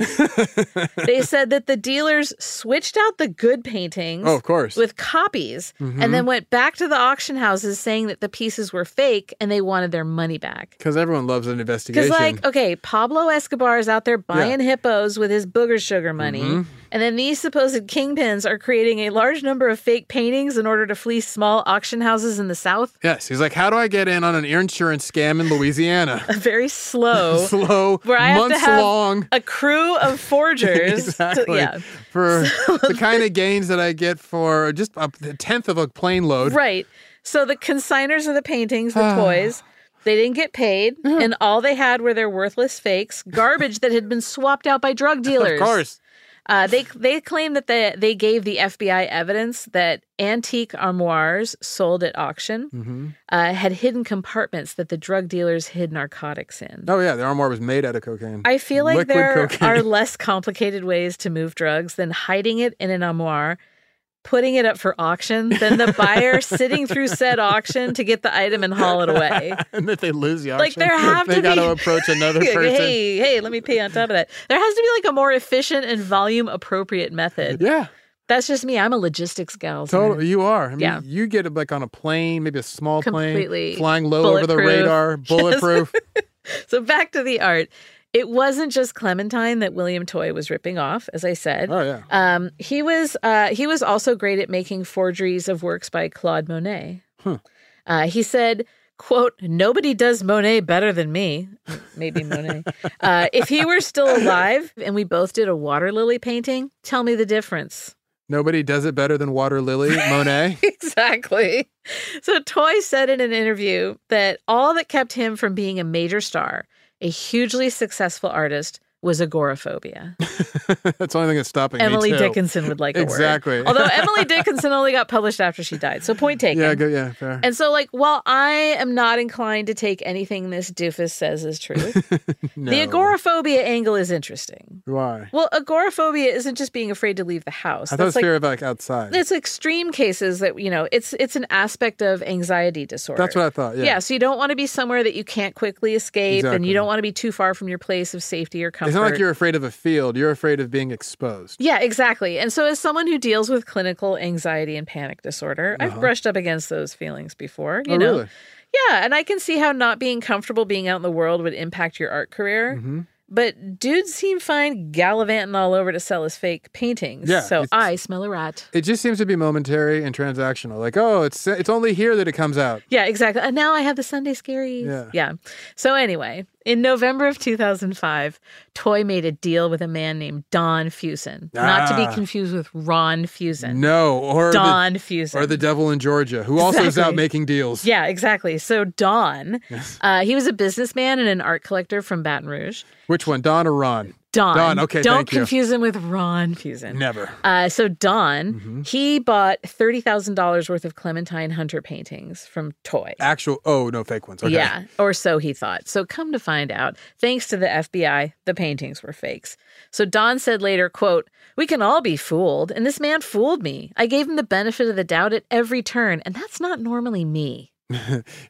Speaker 1: they said that the dealers switched out the good paintings
Speaker 2: Oh, of course.
Speaker 1: with copies
Speaker 2: Mhm.
Speaker 1: and then went back to the auction houses saying that the pieces were fake and they wanted their money back.
Speaker 2: Because everyone loves an
Speaker 1: Because,
Speaker 2: investigation.
Speaker 1: like, okay, Pablo Escobar is out there buying hippos with his booger sugar money.
Speaker 2: Mhm.
Speaker 1: And then these supposed kingpins are creating a large number of fake paintings in order to fleece small auction houses in the South. [laughs]
Speaker 2: Yes, he's like, how do I get in on an insurance scam in Louisiana?
Speaker 1: A very slow,
Speaker 2: [laughs] slow,
Speaker 1: Oh. where I have to
Speaker 2: months
Speaker 1: have
Speaker 2: long.
Speaker 1: a crew
Speaker 2: [laughs]
Speaker 1: of forgers. to-
Speaker 2: exactly.
Speaker 1: yeah. [laughs]
Speaker 2: For the kind of gains that I get for just a tenth of a plane load.
Speaker 1: Right. So the consigners of the paintings,
Speaker 2: [sighs]
Speaker 1: the toys, they didn't get paid,
Speaker 2: Mm-hmm.
Speaker 1: and all they had were their worthless fakes, garbage that had been swapped out by drug dealers.
Speaker 2: [laughs] Of course.
Speaker 1: Uh, they they claim that they, they gave the FBI evidence that antique armoires sold at auction
Speaker 2: Mhm.
Speaker 1: uh, had hidden compartments that the drug dealers hid narcotics in.
Speaker 2: Oh yeah, the armoire was made out of cocaine.
Speaker 1: I feel like
Speaker 2: Liquid
Speaker 1: there
Speaker 2: cocaine.
Speaker 1: are less complicated ways to move drugs than hiding it in an armoire, putting it up for auction, then the
Speaker 2: [laughs]
Speaker 1: buyer sitting through said auction to get the item and haul it
Speaker 2: [laughs]
Speaker 1: away.
Speaker 2: and that they lose the auction.
Speaker 1: Like there have
Speaker 2: they
Speaker 1: to
Speaker 2: got
Speaker 1: be
Speaker 2: to approach another
Speaker 1: [laughs] Hey,
Speaker 2: person.
Speaker 1: Hey, hey, let me pee on top of that. There has to be like a more efficient and volume appropriate method.
Speaker 2: Yeah.
Speaker 1: That's just me. I'm a logistics gal.
Speaker 2: Totally, you are. I mean,
Speaker 1: Yeah.
Speaker 2: you get it like on a plane, maybe a small
Speaker 1: Completely
Speaker 2: plane, flying low over the
Speaker 1: bulletproof. [laughs]
Speaker 2: radar,
Speaker 1: Yes.
Speaker 2: bulletproof.
Speaker 1: So back to the art. It wasn't just Clementine that William Toy was ripping off, as I said.
Speaker 2: Oh, yeah.
Speaker 1: Um, he was uh, he was also great at making forgeries of works by Claude Monet. Uh, he said, "quote Nobody does Monet better than me. Maybe Monet. uh, if he were still alive and we both did a water lily painting, tell me the difference."
Speaker 2: Nobody does it better than Water
Speaker 1: [laughs]
Speaker 2: Lily Monet. [laughs]
Speaker 1: exactly. So Toy said in an interview that all that kept him from being a major star, a hugely successful artist, was
Speaker 2: [laughs]
Speaker 1: agoraphobia.
Speaker 2: That's the only thing that's stopping
Speaker 1: Emily
Speaker 2: me. too.
Speaker 1: Dickinson would like a word.
Speaker 2: exactly. [laughs]
Speaker 1: Although Emily Dickinson only got published after she died. So point taken.
Speaker 2: yeah, go, yeah, fair.
Speaker 1: And so, like, while I am not inclined to take anything this doofus says as
Speaker 2: [laughs]
Speaker 1: true,
Speaker 2: no.
Speaker 1: the agoraphobia angle is interesting.
Speaker 2: Why?
Speaker 1: Well, agoraphobia isn't just being afraid to leave the house.
Speaker 2: I thought
Speaker 1: That's
Speaker 2: it was
Speaker 1: like
Speaker 2: fear of like outside.
Speaker 1: it's extreme cases that you know it's it's an aspect of anxiety disorder
Speaker 2: That's what I thought, yeah.
Speaker 1: so you don't want to be somewhere that you can't quickly escape and
Speaker 2: Exactly.
Speaker 1: you don't want to be too far from your place of safety or comfort
Speaker 2: It's not like you're afraid of a field. You're afraid of being exposed.
Speaker 1: yeah exactly and so as someone who deals with clinical anxiety and panic disorder i've
Speaker 2: Uh-huh.
Speaker 1: brushed up against those feelings before you
Speaker 2: oh,
Speaker 1: know
Speaker 2: really?
Speaker 1: yeah and i can see how not being comfortable being out in the world would impact your art career
Speaker 2: Mhm.
Speaker 1: But dudes seem fine gallivanting all over to sell his fake paintings.
Speaker 2: Yeah,
Speaker 1: so
Speaker 2: it's-
Speaker 1: I smell a rat.
Speaker 2: It just seems to be momentary and transactional. Like, oh, it's it's only here that it comes out.
Speaker 1: Yeah, exactly. And now I have the Sunday scaries.
Speaker 2: Yeah.
Speaker 1: So anyway, in November of 2005, Toy made a deal with a man named Don Fusen, not to
Speaker 2: Ah.
Speaker 1: be confused with Ron Fusen.
Speaker 2: No, or
Speaker 1: Don
Speaker 2: the,
Speaker 1: Fusen.
Speaker 2: or the devil in Georgia, who also is out
Speaker 1: Exactly.
Speaker 2: making deals.
Speaker 1: Yeah, exactly. So Don, uh, he was a businessman and an art collector from Baton Rouge.
Speaker 2: Which one, Don or Ron?
Speaker 1: Don.
Speaker 2: Don. Okay,
Speaker 1: Don't
Speaker 2: thank you.
Speaker 1: confuse him with Ron Fusen.
Speaker 2: Never.
Speaker 1: Uh, so Don,
Speaker 2: Mm-hmm.
Speaker 1: he bought thirty thousand dollars worth of Clementine Hunter paintings from Toy.
Speaker 2: Actual. Oh no, fake ones. Okay.
Speaker 1: Yeah, or so he thought. So come to find out, thanks to the FBI, the paintings were fakes. So Don said later, quote, "We can all be fooled, and this man fooled me. I gave him the benefit of the doubt at every turn, and that's not normally me."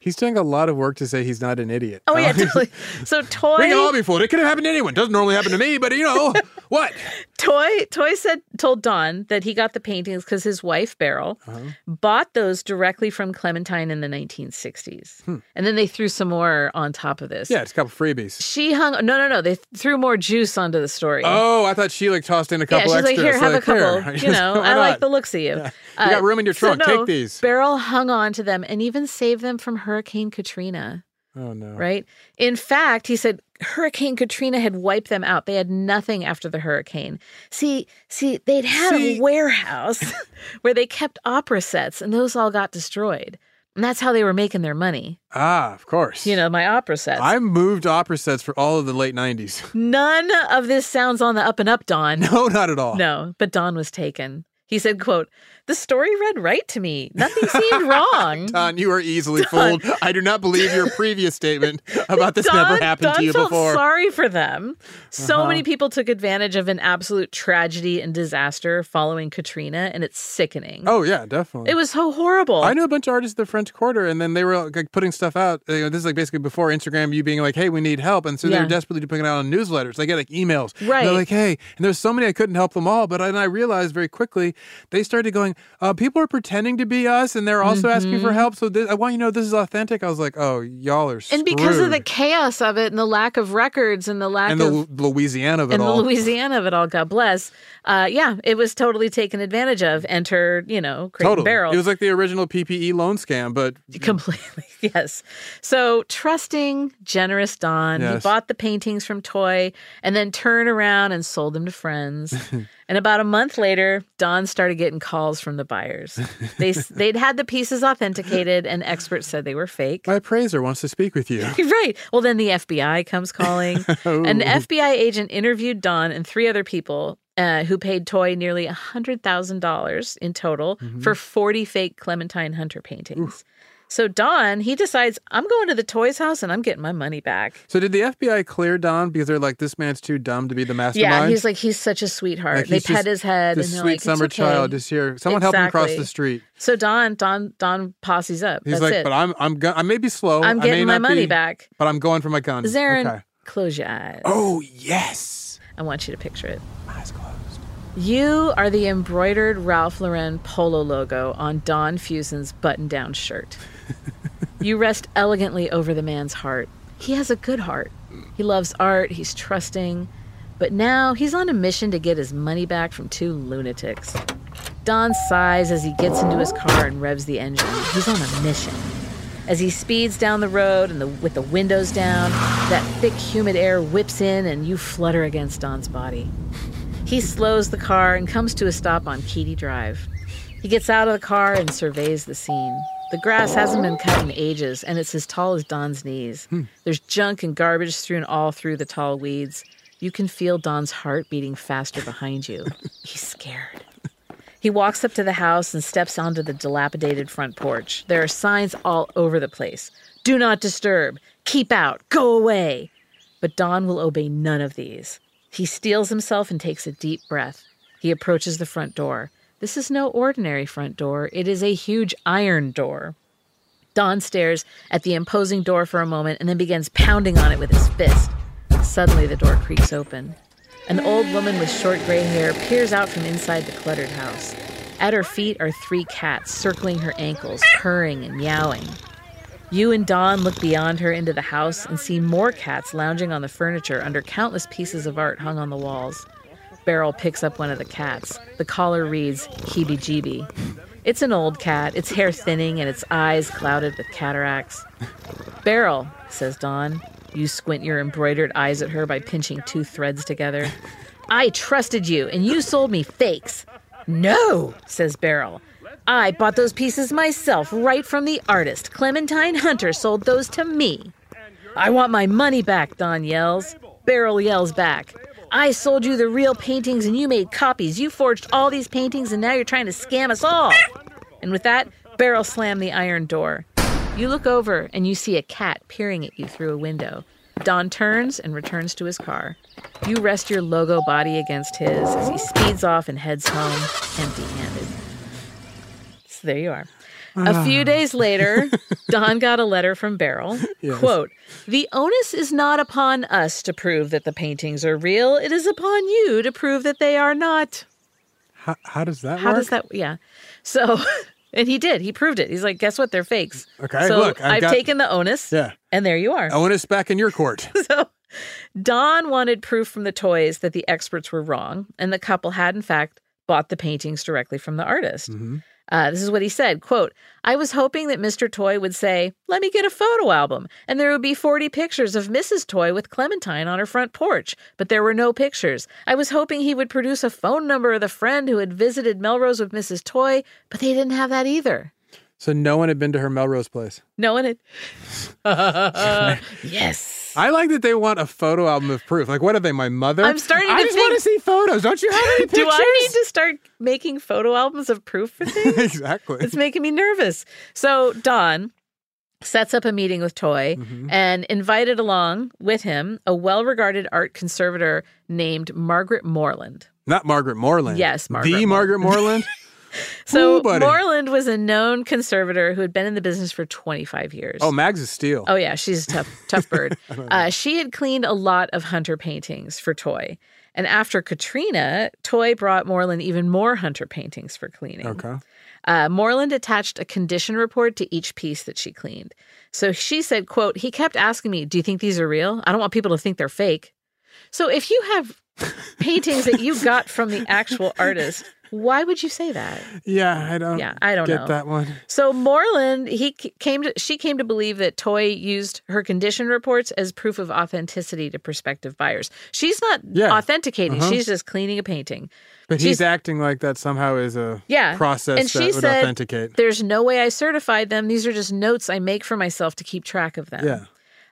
Speaker 2: He's doing a lot of work to say [laughs] he's not an idiot.
Speaker 1: Oh yeah, totally. So Toy
Speaker 2: We can all be fooled. It could have happened to anyone. Doesn't normally happen to me, but
Speaker 1: [laughs]
Speaker 2: you know what?
Speaker 1: Toy Toy said told Don that he got the paintings cuz his wife Beryl
Speaker 2: Uh-huh.
Speaker 1: bought those directly from Clementine in the 1960s.
Speaker 2: Hmm.
Speaker 1: And then they threw some more on top of this.
Speaker 2: Yeah, it's a couple freebies.
Speaker 1: She hung No, no, no. They threw more juice onto the story.
Speaker 2: Oh, I thought she like tossed in a couple
Speaker 1: yeah, she's
Speaker 2: extras.
Speaker 1: like, here, have a couple.
Speaker 2: here." [laughs]
Speaker 1: You know,
Speaker 2: Why
Speaker 1: I like
Speaker 2: not?
Speaker 1: the looks of you. Uh,
Speaker 2: You got room in your
Speaker 1: so
Speaker 2: trunk.
Speaker 1: no,
Speaker 2: Take these.
Speaker 1: Beryl hung on to them and even saved them from Hurricane Katrina,
Speaker 2: Oh no.
Speaker 1: right? In fact, he said Hurricane Katrina had wiped them out. They had nothing after the hurricane. See, see, they'd had
Speaker 2: See?
Speaker 1: a warehouse [laughs] where they kept opera sets and those all got destroyed. And that's how they were making their money.
Speaker 2: Ah, of course.
Speaker 1: You know, my opera sets.
Speaker 2: I moved opera sets for all of the late '90s.
Speaker 1: None of this sounds on the up and up, Don.
Speaker 2: [laughs] No, not at all.
Speaker 1: No, but Don was taken. He said, quote, the story read right to me. Nothing
Speaker 2: [laughs]
Speaker 1: seemed wrong.
Speaker 2: Don, you are easily fooled. I do not believe your previous statement about this
Speaker 1: Don,
Speaker 2: never happened
Speaker 1: Don
Speaker 2: to you
Speaker 1: felt
Speaker 2: before.
Speaker 1: sorry for them. So
Speaker 2: Uh-huh.
Speaker 1: many people took advantage of an absolute tragedy and disaster following Katrina, and it's sickening.
Speaker 2: Oh yeah, definitely.
Speaker 1: It was so horrible.
Speaker 2: I knew a bunch of artists at the French Quarter, and then they were like putting stuff out. You know, this is like basically before Instagram, you being like, "Hey, we need help," and so they
Speaker 1: Yeah.
Speaker 2: were desperately putting it out on newsletters. They get like emails, And
Speaker 1: Right.
Speaker 2: they're like, "Hey," and there's so many I couldn't help them all, but I- and I realized very quickly they started going, uh, people are pretending to be us and they're also asking
Speaker 1: Mm-hmm.
Speaker 2: for help. So this, I want you to know this is authentic. I was like, oh, y'all are
Speaker 1: And because of the
Speaker 2: screwed.
Speaker 1: chaos of it and the lack of records and the lack
Speaker 2: and the
Speaker 1: of
Speaker 2: Lu- Louisiana of it
Speaker 1: and
Speaker 2: all.
Speaker 1: the Louisiana of it all, God bless. Uh, yeah, it was totally taken advantage of. Enter, you know, Crate and
Speaker 2: Totally.
Speaker 1: Barrel.
Speaker 2: It was like the original PPE loan scam, but
Speaker 1: [laughs] completely yes. So trusting, generous Don, he
Speaker 2: Yes.
Speaker 1: bought the paintings from Toy and then turned around and sold them to friends. and about a month later, Don started getting calls from the buyers. They s- they'd had the pieces authenticated, and experts said they were fake.
Speaker 2: my appraiser wants to speak with [laughs] you.
Speaker 1: Right. Well, then the FBI comes calling. An
Speaker 2: [laughs] Ooh.
Speaker 1: FBI agent interviewed Don and three other people uh, who paid Toy nearly $100,000 in total
Speaker 2: Mm-hmm.
Speaker 1: for 40 fake Clementine Hunter paintings. So Don, he decides, I'm going to the Toy's house and I'm getting my money back.
Speaker 2: So did the FBI clear Don because they're like, this man's too dumb to be the mastermind?
Speaker 1: Yeah, he's like, he's such a sweetheart.
Speaker 2: Like,
Speaker 1: they
Speaker 2: he's
Speaker 1: pet
Speaker 2: just
Speaker 1: his head.
Speaker 2: This
Speaker 1: and they're
Speaker 2: sweet
Speaker 1: like, "It's
Speaker 2: summer
Speaker 1: okay."
Speaker 2: child is here. Someone help him cross
Speaker 1: Exactly.
Speaker 2: the street.
Speaker 1: So Don, Don, Don posses up.
Speaker 2: He's
Speaker 1: That's
Speaker 2: like,
Speaker 1: it.
Speaker 2: but I'm I'm go- I may be slow.
Speaker 1: I'm
Speaker 2: I may
Speaker 1: getting my
Speaker 2: not
Speaker 1: money
Speaker 2: be-
Speaker 1: back."
Speaker 2: But I'm going for my gun.
Speaker 1: Zarin,
Speaker 2: Okay.
Speaker 1: close your eyes.
Speaker 2: Oh yes.
Speaker 1: I want you to picture it. You are the embroidered Ralph Lauren polo logo on Don Fusen's button down shirt. you rest elegantly over the man's heart. He has a good heart. He loves art, he's trusting, but now he's on a mission to get his money back from two lunatics. Don sighs as he gets into his car and revs the engine. He's on a mission. As he speeds down the road and the, with the windows down, that thick, humid air whips in and you flutter against Don's body. He slows the car and comes to a stop on Keaty Drive. He gets out of the car and surveys the scene. The grass hasn't been cut in ages, and it's as tall as Don's knees. There's junk and garbage strewn all through the tall weeds. You can feel Don's heart beating faster behind you. He's scared. He walks up to the house and steps onto the dilapidated front porch. There are signs all over the place Do not disturb, keep out, go away. But Don will obey none of these. He steels himself and takes a deep breath. He approaches the front door. This is no ordinary front door, it is a huge iron door. Don stares at the imposing door for a moment and then begins pounding on it with his fist. Suddenly, the door creaks open. An old woman with short gray hair peers out from inside the cluttered house. At her feet are three cats circling her ankles, purring and meowing. You and Don look beyond her into the house and see more cats lounging on the furniture under countless pieces of art hung on the walls. Beryl picks up one of the cats. The collar reads heebie jeebie. It's an old cat, its hair thinning and its eyes clouded with cataracts. Beryl, says Don. You squint your embroidered eyes at her by pinching two threads together. I trusted you, and you sold me fakes. No, says Beryl. I bought those pieces myself, right from the artist. Clementine Hunter sold those to me. I want my money back, Don yells. Beryl yells back. I sold you the real paintings and you made copies. You forged all these paintings and now you're trying to scam us all. And with that, Beryl slammed the iron door. You look over and you see a cat peering at you through a window. Don turns and returns to his car. You rest your logo body against his as he speeds off and heads home empty handed. So there you are. A few
Speaker 10: Ah.
Speaker 1: days
Speaker 2: [laughs]
Speaker 1: later, Don got a letter from Beryl.
Speaker 10: Yes.
Speaker 1: Quote, the onus is not upon us to prove that the paintings are real. It is upon you to prove that they are not.
Speaker 2: How, how does that
Speaker 1: How
Speaker 2: work?
Speaker 1: does that? Yeah. So, [laughs] and he did. He proved it. He's like, guess what? They're fakes.
Speaker 2: Okay,
Speaker 1: So
Speaker 2: look, I've
Speaker 1: I've,
Speaker 2: got-
Speaker 1: taken the onus.
Speaker 2: Yeah.
Speaker 1: And there you are.
Speaker 2: Owen is back in
Speaker 1: [laughs]
Speaker 2: your court.
Speaker 1: so Don wanted proof from the toys that the experts were wrong, and the couple had, in fact, bought the paintings directly from the artist. Uh, this is what he said quote i was hoping that mr toy would say let me get a photo album and there would be 40 pictures of mrs toy with clementine on her front porch but there were no pictures i was hoping he would produce a phone number of the friend who had visited melrose with mrs toy but they didn't have that either
Speaker 2: So no one had been to her Melrose place.
Speaker 1: no one had [laughs] yes
Speaker 2: I like that they want a photo album of proof. Like, what are they? My mother.
Speaker 1: I'm starting
Speaker 2: I
Speaker 1: to
Speaker 2: just
Speaker 1: think-
Speaker 2: want to see photos. Don't you have any pictures?
Speaker 1: [laughs] Do I need to start making photo albums of proof for things?
Speaker 2: [laughs] exactly.
Speaker 1: It's making me nervous. So Don sets up a meeting with Toy
Speaker 2: Mm-hmm.
Speaker 1: and invited along with him a well-regarded art conservator named Margaret Moreland.
Speaker 2: Not Margaret Moreland.
Speaker 1: Yes, Margaret
Speaker 2: The
Speaker 1: [laughs]
Speaker 2: Margaret Moreland.
Speaker 1: So
Speaker 2: Ooh, buddy.
Speaker 1: Moreland was a known conservator who had been in the business for 25 years.
Speaker 2: oh, Mags is steel. [laughs]
Speaker 1: Oh yeah, she's a tough, tough bird. uh, she had cleaned a lot of hunter paintings for toy, And after Katrina, Toy brought Moreland even more hunter paintings for cleaning.
Speaker 2: Okay.
Speaker 1: Uh, Moreland attached a condition report to each piece that she cleaned. So she said, quote, he kept asking me, do you think these are real? I don't want people to think they're fake. So if you
Speaker 2: [laughs]
Speaker 1: have paintings that you got from the actual artist, why would you say that?
Speaker 2: Yeah, I don't.
Speaker 1: Yeah, I don't
Speaker 2: get
Speaker 1: know.
Speaker 2: that one.
Speaker 1: So Moreland, he c- came to, she came to believe that Toy used her condition reports as proof of authenticity to prospective buyers. She's not
Speaker 2: Yeah.
Speaker 1: authenticating;
Speaker 2: Uh-huh.
Speaker 1: she's just cleaning a painting.
Speaker 2: But
Speaker 1: She's-
Speaker 2: he's acting like that somehow is a
Speaker 1: yeah
Speaker 2: process
Speaker 1: and she
Speaker 2: that would
Speaker 1: said,
Speaker 2: authenticate.
Speaker 1: There's no way I certified them. These are just notes I make for myself to keep track of them.
Speaker 2: Yeah.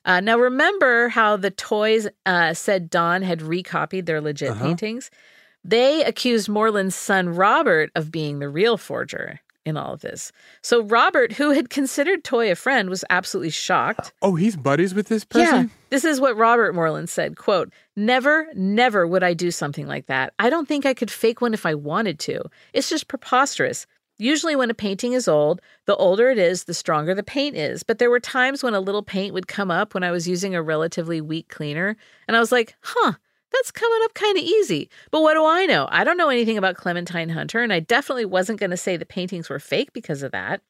Speaker 1: Uh, now remember how the toys uh, said Don had recopied their legit
Speaker 2: Uh-huh.
Speaker 1: paintings. They accused Moreland's son Robert of being the real forger in all of this. So Robert, who had considered Toy a friend, was absolutely shocked.
Speaker 2: Oh, he's buddies with this person?
Speaker 1: Yeah. This is what Robert Moreland said, quote, "Never, never would I do something like that. I don't think I could fake one if I wanted to. It's just preposterous. Usually when a painting is old, the older it is, the stronger the paint is. But there were times when a little paint would come up when I was using a relatively weak cleaner, and I was like, "Huh, that's coming up kind of easy. But what do I know? I don't know anything about Clementine Hunter, and I definitely wasn't going to say the paintings were fake because of that.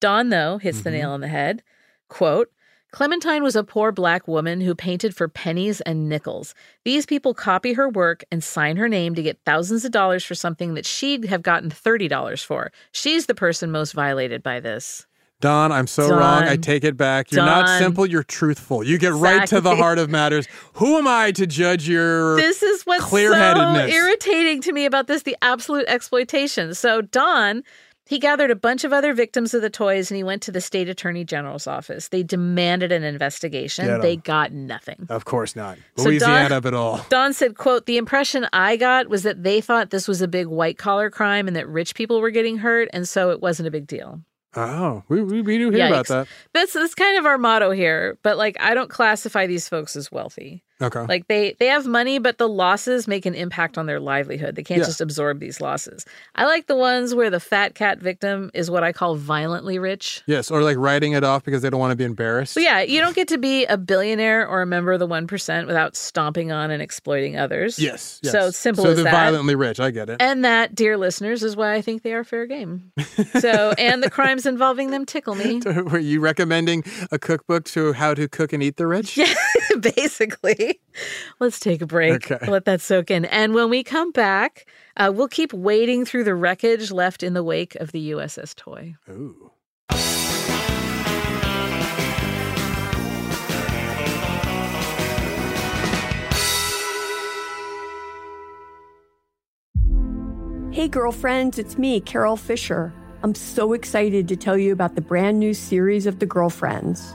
Speaker 1: Don, though, hits the nail on the head. Quote Clementine was a poor black woman who painted for pennies and nickels. These people copy her work and sign her name to get thousands of dollars for something that she'd have gotten $30 for. She's the person most violated by this.
Speaker 2: Don, I'm so wrong. I
Speaker 1: Don.
Speaker 2: take it back. You're not
Speaker 1: Don.
Speaker 2: simple, you're truthful. You get right to the
Speaker 1: Exactly.
Speaker 2: heart of matters. Who am I to judge your
Speaker 1: this is what's
Speaker 2: clear-headedness?
Speaker 1: so irritating to me about this the absolute exploitation so don he gathered a bunch of other victims of the toys and he went to the state attorney general's office they demanded an investigation
Speaker 2: Get 'em.
Speaker 1: they got nothing
Speaker 2: Of course not.
Speaker 1: So Don-
Speaker 2: Louisiana of it all.
Speaker 1: don said quote the impression i got was that they thought this was a big white collar crime and that rich people were getting hurt and so it wasn't a big deal
Speaker 2: Oh, we, we, we do hear about
Speaker 1: Yikes.
Speaker 2: that.
Speaker 1: that's, that's kind of our motto here but like i don't classify these folks as wealthy
Speaker 2: Okay.
Speaker 1: like they they have money, but the losses make an impact on their livelihood. They can't
Speaker 2: Yeah.
Speaker 1: just absorb these losses. I like the ones where the fat cat victim is what I call violently rich.
Speaker 2: yes, or like writing it off because they don't want to be embarrassed.
Speaker 1: So yeah, you don't get to be a billionaire or a member of the one percent without stomping on and exploiting others.
Speaker 2: Yes, yes.
Speaker 1: So it's simple
Speaker 2: So
Speaker 1: as
Speaker 2: they're
Speaker 1: that.
Speaker 2: violently rich. I get it.
Speaker 1: and that, dear listeners, is why I think they are fair game.
Speaker 2: [laughs]
Speaker 1: So, and the crimes involving them tickle me.
Speaker 2: Were you recommending a cookbook to how to cook and eat the rich?
Speaker 1: Yeah, basically. Let's take a break.
Speaker 2: Okay.
Speaker 1: Let that soak in. And when we come back, uh, we'll keep wading through the wreckage left in the wake of the USS Toy.
Speaker 2: Ooh.
Speaker 11: Hey, girlfriends, it's me, Carol Fisher. I'm so excited to tell you about the brand new series of The Girlfriends.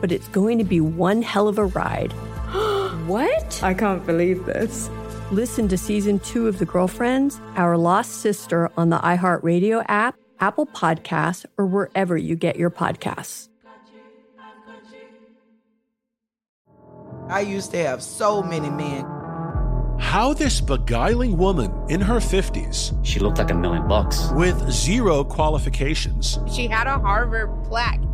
Speaker 11: but it's going to be one hell of a ride. [gasps] what? I can't believe this. Listen to season two of The Girlfriends, Our Lost Sister on the iHeartRadio app, Apple Podcasts, or wherever you get your podcasts.
Speaker 10: I used to have so many men.
Speaker 12: How this beguiling woman in her 50s. She looked like a million bucks. With zero qualifications,
Speaker 10: She had a Harvard plaque.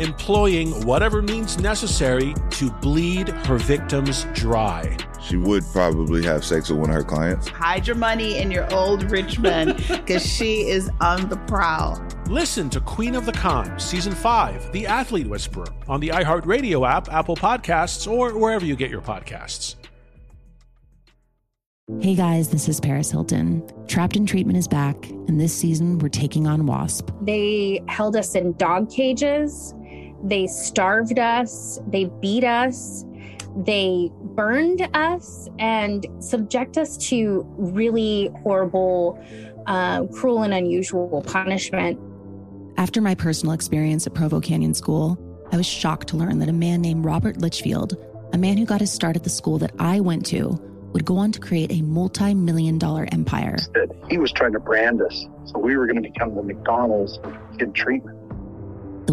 Speaker 12: employing whatever means necessary to bleed her victims dry.
Speaker 13: She would probably have sex with one of her clients.
Speaker 14: Hide your money in your old rich man because she is on the prowl.
Speaker 12: Listen to Queen of the Con, Season 5, The Athlete Whisperer, on the iHeartRadio app, Apple Podcasts, or wherever you get your podcasts.
Speaker 3: Hey guys, this is Paris Hilton. Trapped in Treatment is back, and this season we're taking on WASP.
Speaker 4: They held us in dog cages. They starved us. They beat us. They burned us and subject us to really horrible, uh, cruel, and unusual punishment.
Speaker 3: After my personal experience at Provo Canyon School, I was shocked to learn that a man named Robert Litchfield, a man who got his start at the school that I went to, would go on to create a multi million dollar empire.
Speaker 5: That he was trying to brand us. So we were going to become the McDonald's of kid treatment.
Speaker 3: The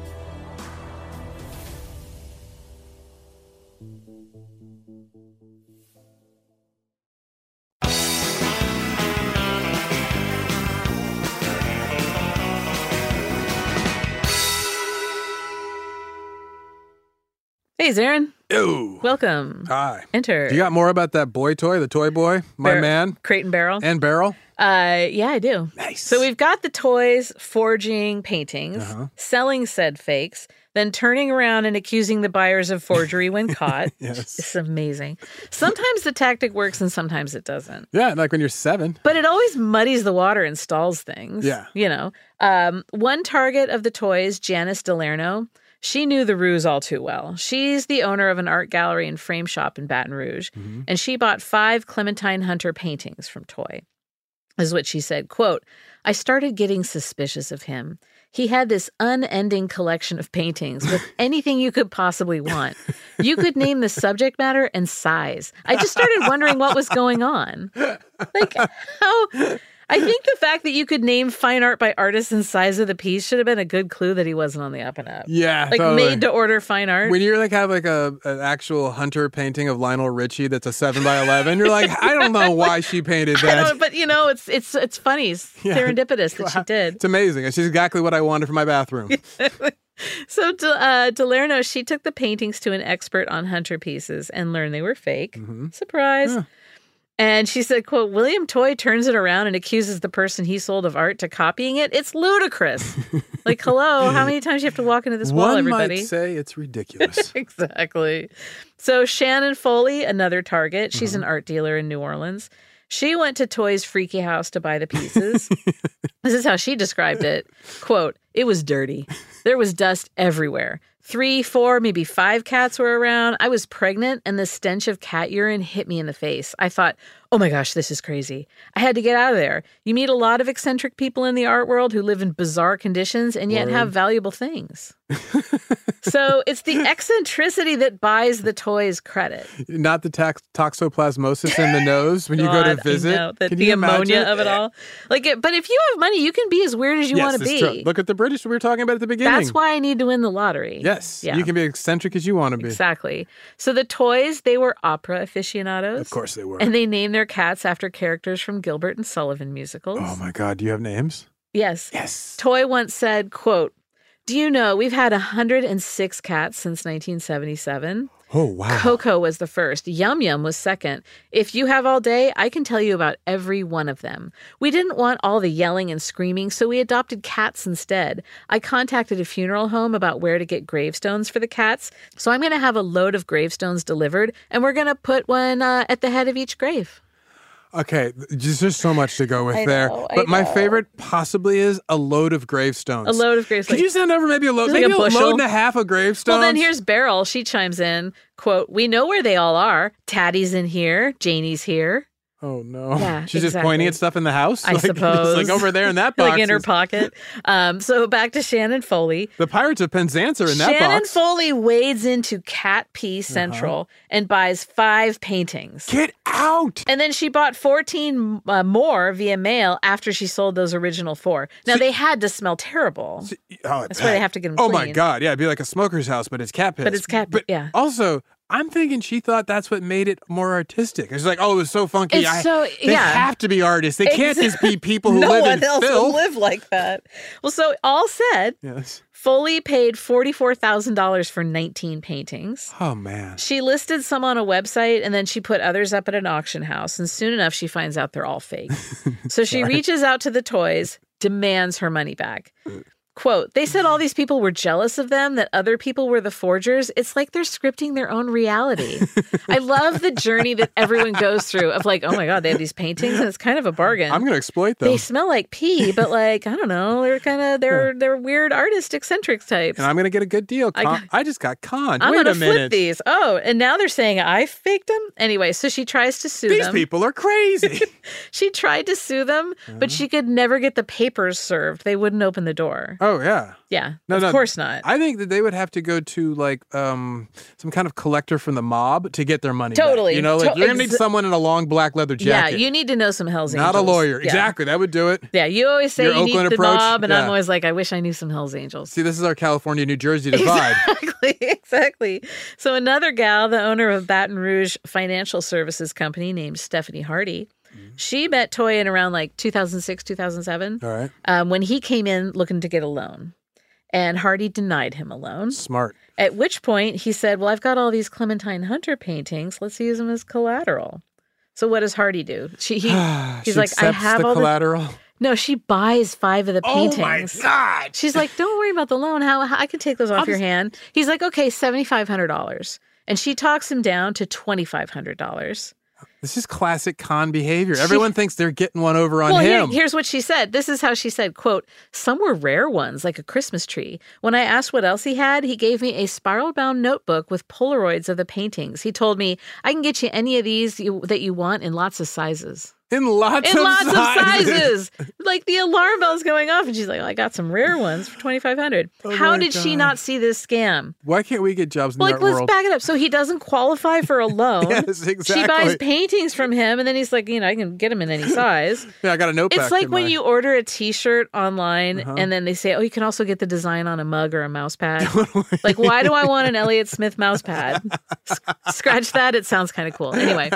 Speaker 1: Hey, Zarin.
Speaker 2: Ew.
Speaker 1: Welcome.
Speaker 2: Hi.
Speaker 1: Enter.
Speaker 2: Uh, Do you got more about that boy toy, the toy boy, my
Speaker 1: Bar-
Speaker 2: man,
Speaker 1: Crate and barrel.
Speaker 2: and barrel?
Speaker 1: Uh, yeah, I do.
Speaker 2: Nice.
Speaker 1: So we've got the toys forging paintings,
Speaker 2: Uh-huh.
Speaker 1: selling said fakes, then turning around and accusing the buyers of forgery
Speaker 2: [laughs]
Speaker 1: when caught.
Speaker 2: Yes.
Speaker 1: It's amazing. Sometimes the tactic works and sometimes it doesn't.
Speaker 2: Yeah, like when you're seven.
Speaker 1: But it always muddies the water and stalls things.
Speaker 2: Yeah.
Speaker 1: You know, um, one target of the toys, Janice Delerno, she knew the ruse all too well. She's the owner of an art gallery and frame shop in Baton Rouge, and she bought five Clementine Hunter paintings from Toy. Is what she said, quote, I started getting suspicious of him. He had this unending collection of paintings with anything you could possibly want. You could name the subject matter and size. I just started wondering what was going on. Like, how? [laughs] I think the fact that you could name fine art by artist and size of the piece should have been a good clue that he wasn't on the up and up.
Speaker 2: Yeah,
Speaker 1: Like
Speaker 2: totally.
Speaker 1: made to order fine art.
Speaker 2: [laughs] When you like have like a an actual hunter painting of Lionel Richie that's a seven by eleven, you're like, I don't know why she painted
Speaker 1: [laughs] [laughs] I
Speaker 2: that.
Speaker 1: don't- but you know, it's it's it's funny, it's
Speaker 2: [laughs] Yeah.
Speaker 1: serendipitous that she did.
Speaker 2: It's amazing. It's exactly what I wanted for my bathroom.
Speaker 1: So De- uh, Delerno, she took the paintings to an expert on hunter pieces and learned they were fake.
Speaker 2: Mm-hmm.
Speaker 1: Surprise. And she said, quote, William Toy turns it around and accuses the person he sold of art to copying it. It's
Speaker 2: [laughs]
Speaker 1: ludicrous. like, hello, how many times you have to walk into this wall,
Speaker 2: One
Speaker 1: everybody?
Speaker 2: might say
Speaker 1: [laughs]
Speaker 2: it's ridiculous.
Speaker 1: exactly. So Shannon Foley, another target, she's an art dealer in New Orleans. She went to Toy's freaky house to buy the pieces. this is how she described it. Quote, it was dirty. There was dust everywhere. Three, four, maybe five cats were around. I was pregnant and the stench of cat urine hit me in the face. I thought, oh my gosh, this is crazy. I had to get out of there. You meet a lot of eccentric people in the art world who live in bizarre conditions and yet
Speaker 2: Word.
Speaker 1: have valuable things. So it's
Speaker 2: [laughs]
Speaker 1: the eccentricity that buys the toys credit.
Speaker 2: Not the tax- toxoplasmosis in the nose when you go to
Speaker 1: God, I
Speaker 2: visit.
Speaker 1: know, the,
Speaker 2: Can
Speaker 1: the
Speaker 2: you
Speaker 1: ammonia
Speaker 2: imagine?
Speaker 1: of it all. Like, it, but if you have money, you can be as weird as you
Speaker 2: Yes,
Speaker 1: want to
Speaker 2: it's
Speaker 1: be.
Speaker 2: true. Look at the British we were talking about at the beginning.
Speaker 1: That's why I need to win the lottery.
Speaker 2: Yes,
Speaker 1: Yeah.
Speaker 2: you can be eccentric as you want to be.
Speaker 1: Exactly. So the toys, they were opera aficionados.
Speaker 2: Of course they were.
Speaker 1: And they named their cats after characters from Gilbert and Sullivan musicals.
Speaker 2: oh my God, do you have names?
Speaker 1: Yes.
Speaker 2: Yes.
Speaker 1: Toy once said, quote, do you know we've had 106 cats since 1977?
Speaker 2: Oh wow.
Speaker 1: Coco was the first. Yum Yum was second. If you have all day, I can tell you about every one of them. We didn't want all the yelling and screaming, so we adopted cats instead. I contacted a funeral home about where to get gravestones for the cats, so I'm going to have a load of gravestones delivered, and we're going to put one uh, at the head of each grave.
Speaker 2: Okay, th- there's just so much to go with
Speaker 1: I
Speaker 2: there.
Speaker 1: know, I
Speaker 2: but my
Speaker 1: know.
Speaker 2: favorite possibly is a load of gravestones.
Speaker 1: A load of gravestones.
Speaker 2: Could you send over maybe a load,
Speaker 1: Just like
Speaker 2: maybe
Speaker 1: a
Speaker 2: a,
Speaker 1: bushel?
Speaker 2: load and a half of gravestones?
Speaker 1: Well, then here's Beryl. She chimes in, quote, We know where they all are. Taddy's in here. Janie's here.
Speaker 2: Oh no.
Speaker 1: Yeah,
Speaker 2: She's just
Speaker 1: exactly.
Speaker 2: pointing at stuff in the house.
Speaker 1: I
Speaker 2: Like, [laughs] it's
Speaker 1: suppose.
Speaker 2: like over there in that
Speaker 1: [laughs]
Speaker 2: box.
Speaker 1: like in her
Speaker 2: is-
Speaker 1: pocket. Um, so back to Shannon Foley.
Speaker 2: the Pirates of Penzance are in that
Speaker 1: Shannon
Speaker 2: box. Uh-huh.
Speaker 1: Foley wades into Cat P Central and buys five paintings.
Speaker 2: Get out!
Speaker 1: And then she bought 14 uh, more via mail after she sold those original four. Now, they had to smell terrible.
Speaker 2: Oh,
Speaker 1: That's why they have to get them
Speaker 2: Oh my
Speaker 1: clean.
Speaker 2: god, yeah, it'd be like a smoker's house, but it's cat piss.
Speaker 1: But it's cat-
Speaker 2: But
Speaker 1: yeah.
Speaker 2: Also, I'm thinking she thought that's what made it more artistic. It's like, oh, it was so funky.
Speaker 1: It's
Speaker 2: I-
Speaker 1: so-
Speaker 2: they
Speaker 1: yeah.
Speaker 2: have to be artists. They can't
Speaker 1: Ex-
Speaker 2: just be people who
Speaker 1: [laughs] no
Speaker 2: live
Speaker 1: one
Speaker 2: in
Speaker 1: else
Speaker 2: filth.
Speaker 1: will live like that. Well, so all said,
Speaker 2: Yes.
Speaker 1: Foley paid $44,000 for 19 paintings.
Speaker 2: Oh man.
Speaker 1: She listed some on a website and then she put others up at an auction house. And soon enough, she finds out they're all
Speaker 2: [laughs]
Speaker 1: fake. so she
Speaker 15: Sorry.
Speaker 1: reaches out to the toys, demands her money back. Quote, they said all these people were jealous of them, that other people were the forgers. It's like they're scripting their own reality. I love the journey that everyone goes through of like, oh my God, they have these paintings and it's kind of a bargain.
Speaker 2: I'm gonna exploit them.
Speaker 1: They smell like pee, but like, I don't know, they're kind of, they're, they're weird artist eccentric types.
Speaker 2: and I'm gonna get a good deal.
Speaker 1: I
Speaker 2: Con- I,
Speaker 1: got-
Speaker 2: just got conned.
Speaker 1: I'm
Speaker 2: Wait
Speaker 1: gonna
Speaker 2: a minute.
Speaker 1: flip these. Oh, and now they're saying I faked them. Anyway, so she tries to sue
Speaker 2: These
Speaker 1: them.
Speaker 2: people
Speaker 1: [laughs]
Speaker 2: are crazy.
Speaker 1: she tried to sue them,
Speaker 2: Oh.
Speaker 1: but she could never get the papers served. They wouldn't open the door.
Speaker 2: Oh yeah.
Speaker 1: Yeah,
Speaker 2: No,
Speaker 1: of
Speaker 2: no,
Speaker 1: course not.
Speaker 2: I think that they would have to go to like um some kind of collector from the mob to get their money. back.
Speaker 1: Totally.
Speaker 2: You know, like
Speaker 1: To-
Speaker 2: you're gonna need
Speaker 1: exa-
Speaker 2: someone in a long black leather jacket.
Speaker 1: Yeah, you need to know some Hell's
Speaker 2: not
Speaker 1: Angels.
Speaker 2: a lawyer.
Speaker 1: Yeah.
Speaker 2: Exactly. That would do it.
Speaker 1: Yeah, you always say
Speaker 2: Your
Speaker 1: you
Speaker 2: Oakland
Speaker 1: need the
Speaker 2: approach,
Speaker 1: mob, and
Speaker 2: yeah.
Speaker 1: I'm always like, I wish I knew some Hell's Angels.
Speaker 2: See, this is our California New Jersey divide.
Speaker 1: [laughs] Exactly, [laughs] exactly. So another gal, the owner of Baton Rouge Financial Services Company named Stephanie Hardy,
Speaker 2: Mm.
Speaker 1: she met Toy in around like 2006, 2007.
Speaker 2: All right.
Speaker 1: um, when he came in looking to get a loan. And Hardy denied him a loan.
Speaker 2: Smart.
Speaker 1: At which point he said, Well, I've got all these Clementine Hunter paintings. Let's use them as collateral. So what does Hardy do?
Speaker 2: [sighs]
Speaker 1: She [laughs] he, he's
Speaker 2: She
Speaker 1: like, I
Speaker 2: accepts
Speaker 1: have
Speaker 2: the
Speaker 1: all
Speaker 2: collateral.
Speaker 1: The... No, she buys five of the
Speaker 2: Oh my
Speaker 1: paintings.
Speaker 2: God.
Speaker 1: She's like, Don't worry about the loan. How, how I can take those off
Speaker 2: I'll
Speaker 1: your
Speaker 2: just-
Speaker 1: hand. He's like, Okay, seventy five hundred dollars. And she talks him down to twenty five hundred dollars.
Speaker 2: This is classic con behavior. Everyone thinks they're getting one over on
Speaker 1: well, here-
Speaker 2: him.
Speaker 1: here's what she said. This is how she said, quote, some were rare ones, like a Christmas tree. When I asked what else he had, he gave me a spiral-bound notebook with Polaroids of the paintings. He told me, I can get you any of these you, that you want in lots of sizes.
Speaker 2: in lots
Speaker 1: in
Speaker 2: of
Speaker 1: lots
Speaker 2: sizes.
Speaker 1: of sizes. like the alarm bell's going off, and she's like, well, I got some rare ones for 2500
Speaker 2: Oh
Speaker 1: How
Speaker 2: my
Speaker 1: did she
Speaker 2: God.
Speaker 1: not see this scam?
Speaker 2: Why can't we get jobs in
Speaker 1: Well,
Speaker 2: the
Speaker 1: like,
Speaker 2: art
Speaker 1: let's
Speaker 2: world?
Speaker 1: back it up. So he doesn't qualify
Speaker 2: [laughs]
Speaker 1: for a loan.
Speaker 2: Yes,
Speaker 1: She buys
Speaker 2: exactly.
Speaker 1: paintings from him, and then he's like, you know, I can get them in any size.
Speaker 2: yeah, I got a notebook.
Speaker 1: It's like
Speaker 2: in
Speaker 1: when
Speaker 2: my-
Speaker 1: you order a T-shirt online,
Speaker 2: Uh-huh.
Speaker 1: and then they say, "Oh, you can also get the design on a mug or a mouse
Speaker 2: [laughs]
Speaker 1: pad." like, why do I want an Elliott Smith mouse pad? S- Scratch that; it sounds kind of cool. Anyway,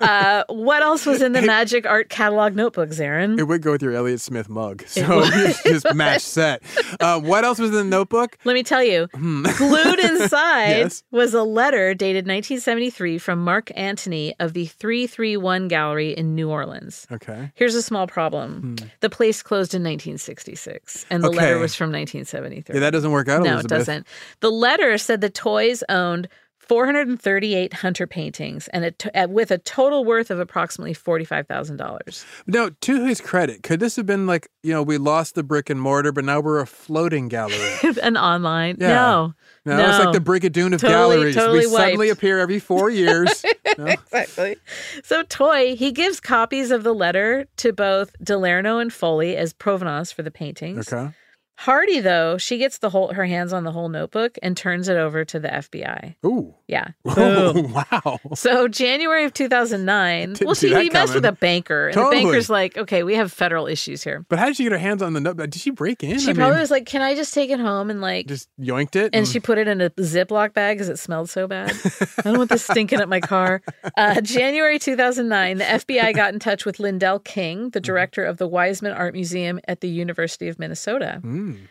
Speaker 1: uh, what else was
Speaker 2: [laughs]
Speaker 1: in the Magic Art Catalog notebook, Zarin?
Speaker 2: It would go with your Elliot Smith mug. So [laughs] it's just match set. Uh, what else was in the notebook?
Speaker 1: Let me tell you,
Speaker 2: [laughs]
Speaker 1: glued inside
Speaker 2: Hmm. Yes.
Speaker 1: was a letter dated 1973 from Mark Antony of the 331 Gallery in New Orleans.
Speaker 2: Okay. Hmm.
Speaker 1: Here's a small problem. The place closed in 1966, and the
Speaker 2: Okay.
Speaker 1: letter was from 1973.
Speaker 2: Yeah, that doesn't work out,
Speaker 1: No,
Speaker 2: Oh, Elizabeth.
Speaker 1: it doesn't. The letter said the toys owned 438 Hunter paintings, and it t- with a total worth of approximately forty-five thousand dollars. [laughs]
Speaker 2: No, to his credit, could this have been like, you know, we lost the brick and mortar, but now we're a
Speaker 1: [laughs]
Speaker 2: floating gallery?
Speaker 1: An online,
Speaker 2: Yeah.
Speaker 1: no,
Speaker 2: No, it's like the Brigadoon of
Speaker 1: Totally,
Speaker 2: galleries.
Speaker 1: totally
Speaker 2: we suddenly
Speaker 1: wiped.
Speaker 2: appear
Speaker 1: [laughs]
Speaker 2: every four years.
Speaker 1: exactly. So Toy, he gives copies of the letter to both Delerno and Foley as provenance for the paintings.
Speaker 2: okay.
Speaker 1: Hardy, though, she gets the whole her hands on the whole notebook and turns it over to the FBI.
Speaker 2: Ooh. [laughs]
Speaker 1: Yeah.
Speaker 2: Oh, wow.
Speaker 1: So January of 2009,
Speaker 2: Didn't
Speaker 1: well,
Speaker 2: see
Speaker 1: she
Speaker 2: that
Speaker 1: he messed with a
Speaker 2: coming.
Speaker 1: banker, and
Speaker 2: Totally.
Speaker 1: the banker's like, "Okay, we have federal issues here."
Speaker 2: But how did she get her hands on the notebook? Did she break in?
Speaker 1: She
Speaker 2: I
Speaker 1: probably
Speaker 2: mean,
Speaker 1: was like, "Can I just take it home and like?"
Speaker 2: just mm. yoinked it.
Speaker 1: and she put it in a Ziploc bag because it smelled so
Speaker 2: [laughs]
Speaker 1: bad. I don't want this stinking at my car. Uh, January 2009, the FBI got in touch with Lindell King,
Speaker 2: Mm.
Speaker 1: the director of the Wiseman Art Museum at the University of Minnesota.
Speaker 2: Mm.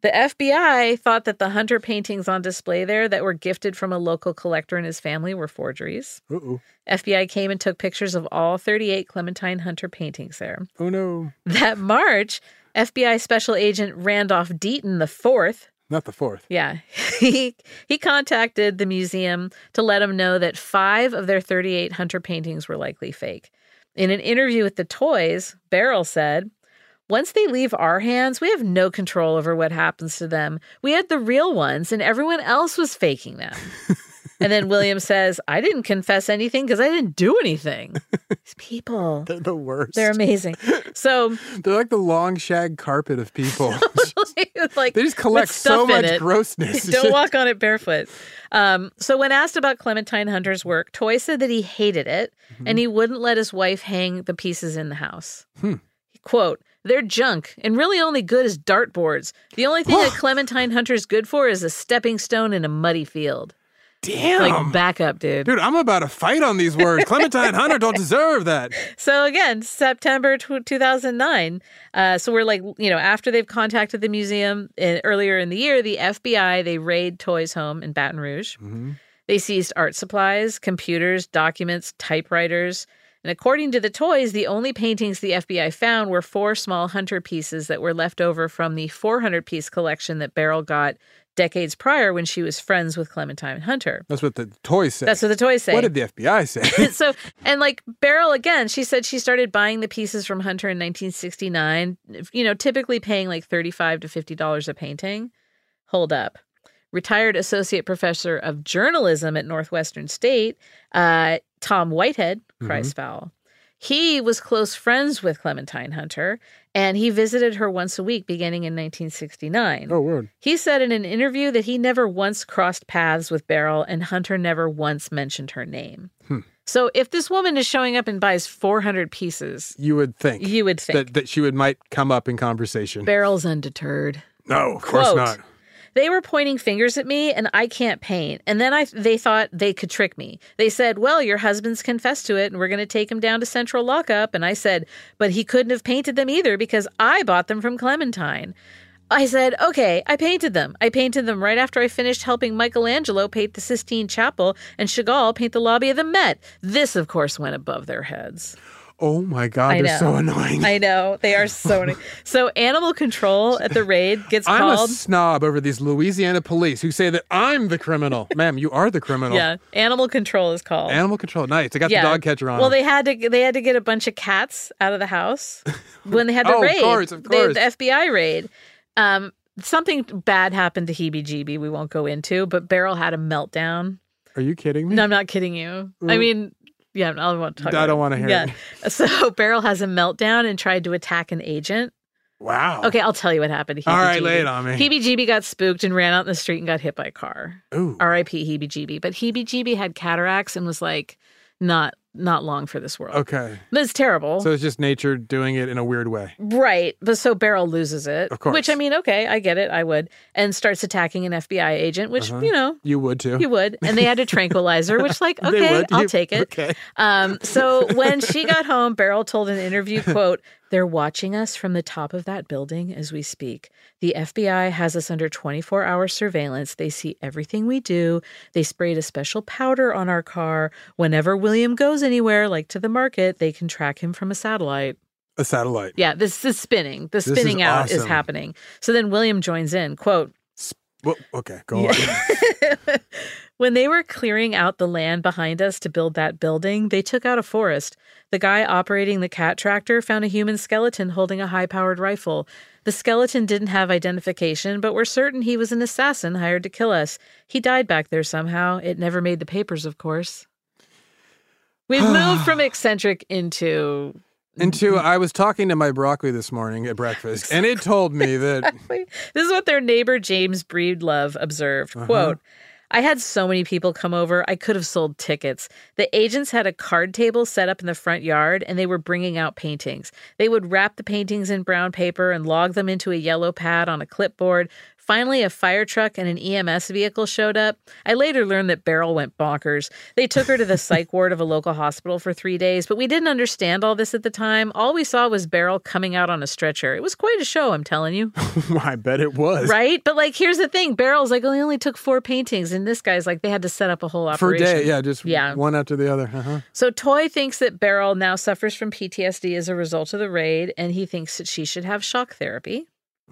Speaker 1: The FBI thought that the Hunter paintings on display there that were gifted from a local collector and his family were forgeries.
Speaker 2: Uh-oh.
Speaker 1: FBI came and took pictures of all 38 Clementine Hunter paintings there.
Speaker 2: Oh, no.
Speaker 1: That March, FBI Special Agent Randolph Deaton IV,
Speaker 2: Not the fourth. [laughs]
Speaker 1: yeah, [laughs] he he contacted the museum to let him know that five of their 38 Hunter paintings were likely fake. In an interview with the Toys, Beryl said, Once they leave our hands, we have no control over what happens to them. We had the real ones, and everyone else was faking them. and then William says, I didn't confess anything because I didn't do anything. These people.
Speaker 2: They're the worst.
Speaker 1: They're amazing. So
Speaker 2: they're like the long shag carpet of
Speaker 1: [laughs]
Speaker 2: people.
Speaker 1: like
Speaker 2: they just collect
Speaker 1: with
Speaker 2: so
Speaker 1: stuff in
Speaker 2: much
Speaker 1: it.
Speaker 2: grossness.
Speaker 1: [laughs]
Speaker 2: [laughs]
Speaker 1: Don't walk on it barefoot. Um, so when asked about Clementine Hunter's work, Toy said that he hated it
Speaker 2: Mm-hmm.
Speaker 1: and he wouldn't let his wife hang the pieces in the house.
Speaker 2: Hmm.
Speaker 1: Quote, they're junk and really only good as dartboards. The only thing
Speaker 2: [sighs]
Speaker 1: that Clementine Hunter's good for is a stepping stone in a muddy field.
Speaker 2: Damn.
Speaker 1: Like back up, dude.
Speaker 2: Dude, I'm about to fight on these words. Clementine
Speaker 1: [laughs]
Speaker 2: Hunter don't deserve that.
Speaker 1: So again, September tw 2009. Uh, so we're like, you know, after they've contacted the museum in, earlier in the year, the FBI they raid Toy's home in Baton Rouge. They seized art supplies, computers, documents, typewriters, and according to the toys, the only paintings the FBI found were four small hunter pieces that were left over from the 400 piece collection that Beryl got decades prior when she was friends with Clementine Hunter.
Speaker 2: That's what the toys say.
Speaker 1: That's what the toys say.
Speaker 2: What did the FBI say?
Speaker 1: [laughs] so and like Beryl again, she said she started buying the pieces from Hunter in 1969. You know, typically paying like 35 to 50 dollars a painting. Hold up. Retired associate professor of journalism at Northwestern State, uh, Tom Whitehead, cries
Speaker 15: Mhm.
Speaker 1: foul. He was close friends with Clementine Hunter, and he visited her once a week beginning in 1969.
Speaker 2: Oh, word.
Speaker 1: He said in an interview that he never once crossed paths with Beryl, and Hunter never once mentioned her name.
Speaker 2: Hmm.
Speaker 1: So if this woman is showing up and buys 400 pieces,
Speaker 2: You would think.
Speaker 1: You would think.
Speaker 2: That, that she would might come up in conversation.
Speaker 1: Beryl's undeterred.
Speaker 2: no, of course
Speaker 1: Quote,
Speaker 2: not.
Speaker 1: They were pointing fingers at me and I can't paint. And then I they thought they could trick me. They said, "Well, your husband's confessed to it and we're going to take him down to central lockup." And I said, "But he couldn't have painted them either because I bought them from Clementine." I said, "Okay, I painted them. I painted them right after I finished helping Michelangelo paint the Sistine Chapel and Chagall paint the lobby of the Met." This of course went above their heads.
Speaker 2: Oh my God, they're so annoying.
Speaker 1: I know. They are so annoying. So animal control at the raid gets
Speaker 2: I'm
Speaker 1: called.
Speaker 2: a snob over these Louisiana police who say that I'm the criminal. Ma'am, you are the criminal.
Speaker 1: Yeah, animal control is called.
Speaker 2: Animal control. Nice. They got
Speaker 1: Yeah.
Speaker 2: the dog catcher on.
Speaker 1: Well,
Speaker 2: them.
Speaker 1: they had to they had to get a bunch of cats out of the
Speaker 2: [laughs]
Speaker 1: house when they had the
Speaker 2: Oh, of
Speaker 1: raid.
Speaker 2: course, of
Speaker 1: They-
Speaker 2: course.
Speaker 1: the FBI raid. Um, something bad happened to Heebie Jeebie. We won't go into, but Beryl had a meltdown.
Speaker 2: Are you kidding me?
Speaker 1: No, I'm not kidding you. I
Speaker 2: Mm.
Speaker 1: mean, yeah, I don't want to talk.
Speaker 2: I
Speaker 1: about
Speaker 2: don't
Speaker 1: it.
Speaker 2: wanna hear
Speaker 1: yeah. [laughs] So Beryl has a meltdown and tried to attack an agent.
Speaker 2: Wow.
Speaker 1: Okay, I'll tell you what happened to Heebie
Speaker 2: All right, lay it on me.
Speaker 1: Heebie Jeebie got spooked and ran out in the street and got hit by a car.
Speaker 2: Ooh.
Speaker 1: R.I.P. Heebie Jeebie. But Heebie Jeebie had cataracts and was like, not not long for this world.
Speaker 2: Okay.
Speaker 1: That's terrible.
Speaker 2: So it's just nature doing it in a weird way.
Speaker 1: Right, but so Beryl loses it,
Speaker 2: Of course.
Speaker 1: which I mean, okay, I get it, I would, and starts attacking an FBI agent, which
Speaker 2: Uh-huh.
Speaker 1: you know
Speaker 2: You would too.
Speaker 1: you would, and they had a tranquilizer, which like,
Speaker 2: [laughs] They
Speaker 1: okay,
Speaker 2: would.
Speaker 1: I'll
Speaker 2: You-
Speaker 1: take it.
Speaker 2: okay.
Speaker 1: Um, so when she got home, Beryl told an interview quote, "They're watching us from the top of that building as we speak. The FBI has us under 24-hour surveillance. They see everything we do. They sprayed a special powder on our car. Whenever William goes anywhere, like to the market, they can track him from a satellite."
Speaker 2: A satellite.
Speaker 1: Yeah, this is spinning. The
Speaker 2: This is
Speaker 1: spinning out is
Speaker 2: awesome.
Speaker 1: happening. So then William joins in, quote, [laughs]
Speaker 2: Well, okay, go on.
Speaker 1: when they were clearing out the land behind us to build that building, they took out a forest. The guy operating the cat tractor found a human skeleton holding a high powered rifle. The skeleton didn't have identification, but we're certain he was an assassin hired to kill us. He died back there somehow. It never made the papers, of course.
Speaker 2: [sighs]
Speaker 1: We've moved from eccentric into
Speaker 2: And two, I was talking to my broccoli this morning at breakfast, and it told
Speaker 1: [laughs]
Speaker 2: me that
Speaker 1: Exactly. This is what their neighbor James Breedlove observed. Quote, I had so many people come over, I could have sold tickets. The agents had a card table set up in the front yard and they were bringing out paintings. They would wrap the paintings in brown paper and log them into a yellow pad on a clipboard. Finally, a fire truck and an EMS vehicle showed up. I later learned that Beryl went bonkers. They took her to the psych ward of a local hospital for three days, but we didn't understand all this at the time. All we saw was Beryl coming out on a stretcher. It was quite a show, I'm telling you.
Speaker 2: [laughs] I bet it was.
Speaker 1: Right? But like, here's the thing: Barrel's like, "Oh, they only took four paintings, and this guy's like, they had to set up a whole
Speaker 2: For a
Speaker 1: operation
Speaker 2: day, yeah, just
Speaker 1: yeah.
Speaker 2: one after the other. Uh-huh.
Speaker 1: So Toy thinks that Beryl now suffers from PTSD as a result of the raid, and he thinks that she should have shock therapy.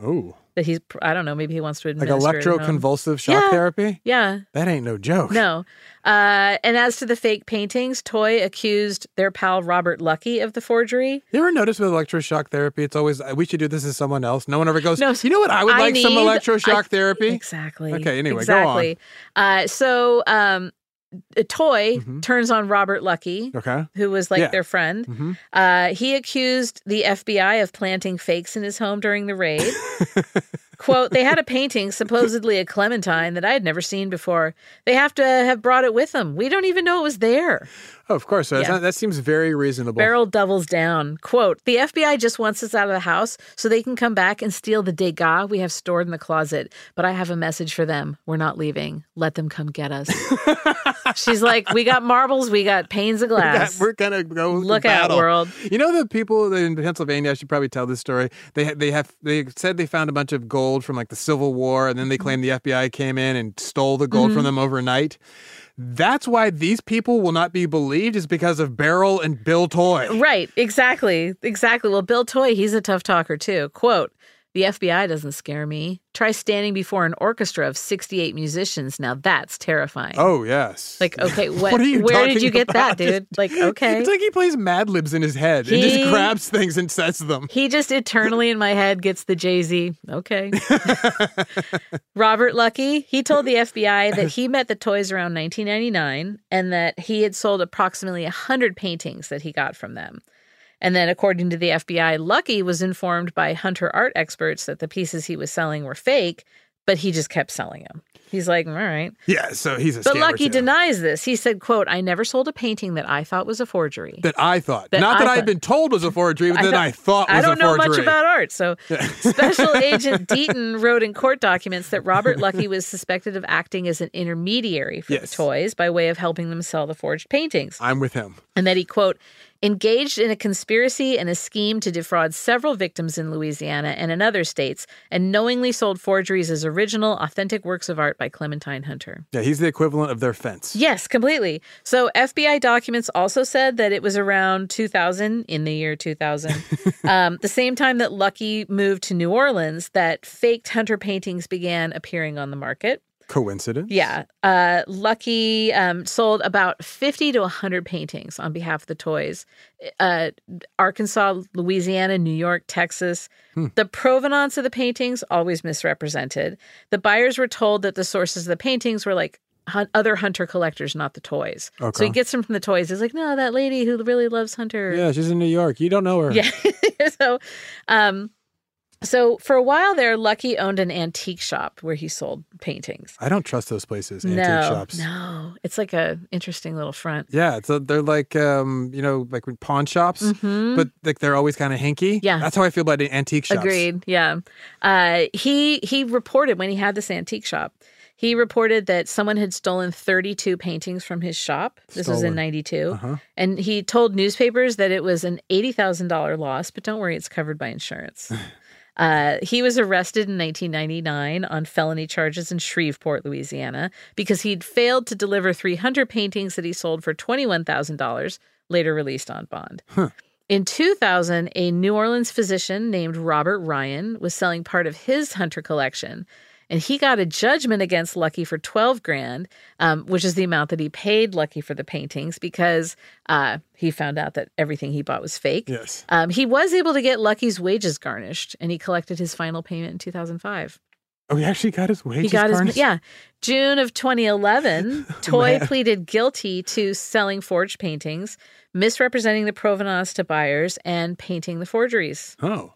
Speaker 2: Oh,
Speaker 1: that he's I don't know maybe he wants to
Speaker 2: like
Speaker 1: administer it at home.
Speaker 2: electroconvulsive shock
Speaker 1: Yeah.
Speaker 2: therapy?
Speaker 1: Yeah.
Speaker 2: That ain't no joke.
Speaker 1: No. Uh, and as to the fake paintings, Toy accused their pal Robert Lucky of the forgery.
Speaker 2: You ever notice with electroshock therapy, it's always "Uh, we should do this as someone else. No one ever goes.
Speaker 1: No,
Speaker 2: you know what? I would
Speaker 1: I
Speaker 2: like some
Speaker 1: need-
Speaker 2: electroshock
Speaker 1: I-
Speaker 2: therapy.
Speaker 1: Exactly.
Speaker 2: Okay. Anyway,
Speaker 1: exactly. Uh, so um, a Toy turns on Robert Lucky,
Speaker 2: go on. Mm-hmm. Okay.
Speaker 1: who was like
Speaker 2: Yeah.
Speaker 1: their friend.
Speaker 2: Mhm.
Speaker 1: Uh, he accused the FBI of planting fakes in his home during the
Speaker 2: [laughs]
Speaker 1: raid. Quote, they had a painting, supposedly a Clementine, that I had never seen before. They have to have brought it with them. We don't even know it was there.
Speaker 2: Oh, of course. So that's
Speaker 1: Yeah.
Speaker 2: not- that seems very reasonable. [laughs]
Speaker 1: Beryl doubles down. Quote, the FBI just wants us out of the house so they can come back and steal the Degas we have stored in the closet. But I have a message for them. We're not leaving. Let them come get
Speaker 2: [laughs]
Speaker 1: us. She's like, we got marbles, we got panes of glass.
Speaker 2: We're gonna go.
Speaker 1: Look
Speaker 2: to
Speaker 1: out,
Speaker 2: battle.
Speaker 1: world.
Speaker 2: You know the people in Pennsylvania. I should probably tell this story. They ha- they have they said they found a bunch of gold from like the Civil War, and then
Speaker 1: Mm-hmm.
Speaker 2: they claimed the FBI came in and stole the gold
Speaker 1: Mhm.
Speaker 2: from them overnight. That's why these people will not be believed is because of Beryl and Bill Toy.
Speaker 1: Right, exactly. Exactly. Well, Bill Toy, he's a tough talker too. Quote, the FBI doesn't scare me. Try standing before an orchestra of 68 musicians. Now that's terrifying.
Speaker 2: Oh yes.
Speaker 1: Like, okay, what,
Speaker 2: [laughs] What are you
Speaker 1: where did
Speaker 2: talking
Speaker 1: you get that,
Speaker 2: about?
Speaker 1: dude?
Speaker 2: [laughs]
Speaker 1: Like, okay.
Speaker 2: It's like he plays Mad Libs in his head and
Speaker 1: He-
Speaker 2: just grabs things and says them.
Speaker 1: He just eternally in my head gets the Jay Z.
Speaker 2: [laughs]
Speaker 1: Okay. Robert Lucky, he told the FBI that he met the toys around 1999 and that he had sold approximately 100 paintings that he got from them. And then, according to the FBI, Lucky was informed by Hunter art experts that the pieces he was selling were fake, but he just kept selling them. He's like, all right.
Speaker 2: Yeah, so he's a
Speaker 1: But
Speaker 2: scammer,
Speaker 1: Lucky
Speaker 2: too.
Speaker 1: denies this. He said, quote, I never sold a painting that I thought was a forgery.
Speaker 2: that I thought.
Speaker 1: That
Speaker 2: Not
Speaker 1: I
Speaker 2: that I had
Speaker 1: thought-
Speaker 2: been told was a forgery, but that I thought was
Speaker 1: I don't
Speaker 2: a oh
Speaker 1: know
Speaker 2: forgery.
Speaker 1: much about art.
Speaker 2: [laughs]
Speaker 1: So, Special Agent Deaton wrote in court documents that Robert Lucky was suspected of acting as an intermediary for the toys by way of helping them sell the forged paintings,
Speaker 2: I'm with him.
Speaker 1: and that he quote engaged in a conspiracy and a scheme to defraud several victims in Louisiana and in other states, and knowingly sold forgeries as original, authentic works of art by Clementine Hunter.
Speaker 2: Yeah, he's the equivalent of their fence.
Speaker 1: Yes, completely. So FBI documents also said that it was around 2000, in the year 2000, um, the same time that Lucky moved to New Orleans, that faked hunter paintings began appearing on the market.
Speaker 2: Coincidence?
Speaker 1: Yeah. Uh, Lucky um, sold about 50 to 100 paintings on behalf of the toys. Uh, Arkansas, Louisiana, New York, Texas.
Speaker 15: Hmm.
Speaker 1: The provenance of the paintings always misrepresented. The buyers were told that the sources of the paintings were like hun- other hunter collectors, not the toys. So
Speaker 2: Okay.
Speaker 1: he gets them from the toys. He's like, no, that lady who really loves Hunter.
Speaker 2: Yeah, she's in New York. You don't know her.
Speaker 1: Yeah. [laughs] so, um, so for a while there, Lucky owned an antique shop where he sold paintings.
Speaker 2: I don't trust those places, antique
Speaker 1: no,
Speaker 2: shops.
Speaker 1: no, it's like a interesting little front.
Speaker 2: Yeah, so they're like, um, you know, like with pawn shops,
Speaker 1: Mhm.
Speaker 2: but like they're always kind of hinky.
Speaker 1: Yeah.
Speaker 2: that's how I feel about the antique shops.
Speaker 1: Agreed. Yeah. Uh, he he reported when he had this antique shop. He reported that someone had stolen 32 paintings from his shop. This was in
Speaker 2: Stolen.
Speaker 1: 92.
Speaker 2: Uh-huh.
Speaker 1: And he told newspapers that it was an $80,000 loss, but don't worry, it's covered by
Speaker 2: [laughs]
Speaker 1: insurance. Uh, he was arrested in 1999 on felony charges in Shreveport, Louisiana, because he'd failed to deliver 300 paintings that he sold for $21,000, later released on bond. In 2000, a New Orleans physician named Robert Ryan was selling part of his hunter collection, and he got a judgment against Lucky for 12 grand, um, which is the amount that he paid Lucky for the paintings because uh, he found out that everything he bought was fake.
Speaker 2: Yes.
Speaker 1: Um, he was able to get Lucky's wages garnished, and he collected his final payment in 2005.
Speaker 2: Oh, he actually got his wages.
Speaker 1: he got
Speaker 2: garnished?
Speaker 1: his yeah. June of
Speaker 2: [laughs]
Speaker 1: 2011, Toy
Speaker 2: Oh, Man.
Speaker 1: pleaded guilty to selling forged paintings, misrepresenting the provenance to buyers, and painting the forgeries.
Speaker 2: Oh.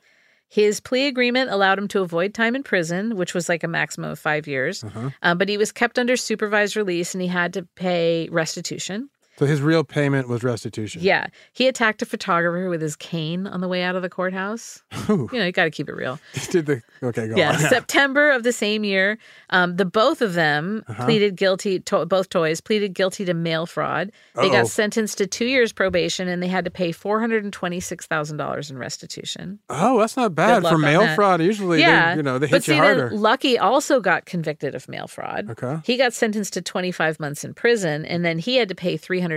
Speaker 1: His plea agreement allowed him to avoid time in prison, which was like a maximum of five years.
Speaker 2: Uh-huh.
Speaker 1: Um, but he was kept under supervised release, and he had to pay restitution.
Speaker 2: So his real payment was restitution.
Speaker 1: Yeah. He attacked a photographer with his cane on the way out of the courthouse.
Speaker 2: [laughs] Ooh.
Speaker 1: You know, you got to keep it real.
Speaker 2: Did the okay? Go
Speaker 1: yeah.
Speaker 2: on.
Speaker 1: September of the same year, um, the both of them
Speaker 2: Uh-huh.
Speaker 1: pleaded guilty, to, both toys pleaded guilty to mail fraud. They
Speaker 2: Uh-oh.
Speaker 1: got sentenced to two years probation and they had to pay $426,000 in restitution.
Speaker 2: Oh, that's not
Speaker 1: Good
Speaker 2: bad
Speaker 1: luck
Speaker 2: for
Speaker 1: on
Speaker 2: mail
Speaker 1: that.
Speaker 2: fraud. Usually, they-
Speaker 1: yeah.
Speaker 2: you know, they hit
Speaker 1: but see,
Speaker 2: you harder.
Speaker 1: Then Lucky also got convicted of mail fraud.
Speaker 2: Okay.
Speaker 1: He got sentenced to 25 months in prison and then he had to pay $350,000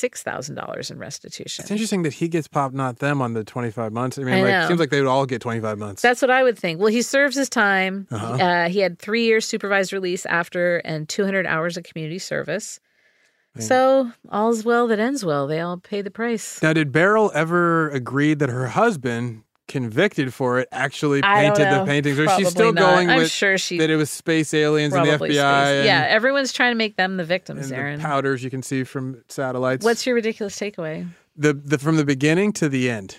Speaker 1: $326,000 in restitution.
Speaker 2: It's interesting that he gets popped, not them, on the 25 months. I mean,
Speaker 1: I
Speaker 2: like,
Speaker 1: know.
Speaker 2: seems like they would all get 25 months.
Speaker 1: That's what I would think. Well, he serves his time.
Speaker 2: Uh-huh.
Speaker 1: Uh, he had three years supervised release after and 200 hours of community service. So all's well that ends well. They all pay the price.
Speaker 2: Now, did Beryl ever agree that her husband, convicted for it, actually
Speaker 1: I don't
Speaker 2: painted the
Speaker 1: know.
Speaker 2: paintings? Or is she
Speaker 1: Probably
Speaker 2: still
Speaker 1: not.
Speaker 2: going
Speaker 1: I'm
Speaker 2: with
Speaker 1: sure she
Speaker 2: that it was space aliens and the FBI?
Speaker 1: Probably space-
Speaker 2: and-
Speaker 1: yeah, everyone's trying to make them the victims, Aaron.
Speaker 2: and the powders you can see from satellites.
Speaker 1: What's your ridiculous takeaway? [laughs]
Speaker 2: the, the from the beginning to the end?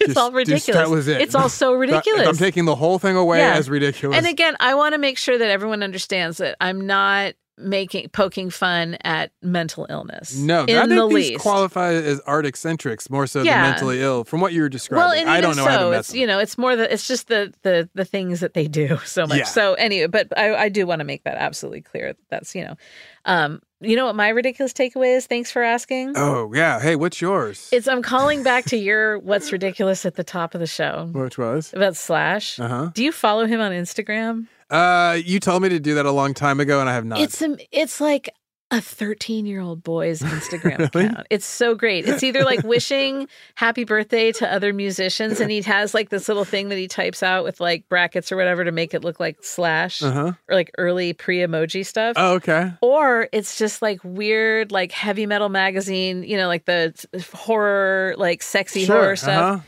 Speaker 1: It's all ridiculous.
Speaker 2: Just- that was it.
Speaker 1: It's all
Speaker 2: [laughs]
Speaker 1: so
Speaker 2: That-
Speaker 1: ridiculous.
Speaker 2: I'm taking the whole thing away
Speaker 1: Yeah.
Speaker 2: as ridiculous.
Speaker 1: And again, I want to make sure that everyone understands that I'm not making poking fun at mental illness.
Speaker 2: no,
Speaker 1: in
Speaker 2: I think
Speaker 1: the
Speaker 2: these
Speaker 1: least.
Speaker 2: qualify as art eccentrics more so
Speaker 1: Yeah.
Speaker 2: than mentally ill. From what you were describing,
Speaker 1: well, and
Speaker 2: I
Speaker 1: even
Speaker 2: don't know how to
Speaker 1: so,
Speaker 2: mess
Speaker 1: it's you know, it's more the it's just the the the things that they do [laughs] so much.
Speaker 2: Yeah.
Speaker 1: So anyway, but I I do want to make that absolutely clear. That that's you know, um, you know what my ridiculous takeaway is. Thanks for asking.
Speaker 2: Oh yeah. Hey, what's yours?
Speaker 1: It's I'm calling back to your what's ridiculous at the top of the
Speaker 2: [laughs]
Speaker 1: show
Speaker 2: Which was?
Speaker 1: about Slash.
Speaker 2: Uh-huh.
Speaker 1: Do you follow him on Instagram?
Speaker 2: Uh, you told me to do that a long time ago, and I have not.
Speaker 1: It's um, it's like a 13 year old
Speaker 2: [laughs]
Speaker 1: boy's Instagram account. It's so great. It's either like wishing happy birthday to other musicians, and he has like this little thing that he types out with like brackets or whatever to make it look like slash
Speaker 2: Uh-huh.
Speaker 1: or like early pre emoji stuff.
Speaker 2: Oh, okay.
Speaker 1: Or it's just like weird, like heavy metal magazine, you know, like the s- horror, like sexy
Speaker 2: Sure,
Speaker 1: horror stuff.
Speaker 2: uh-huh.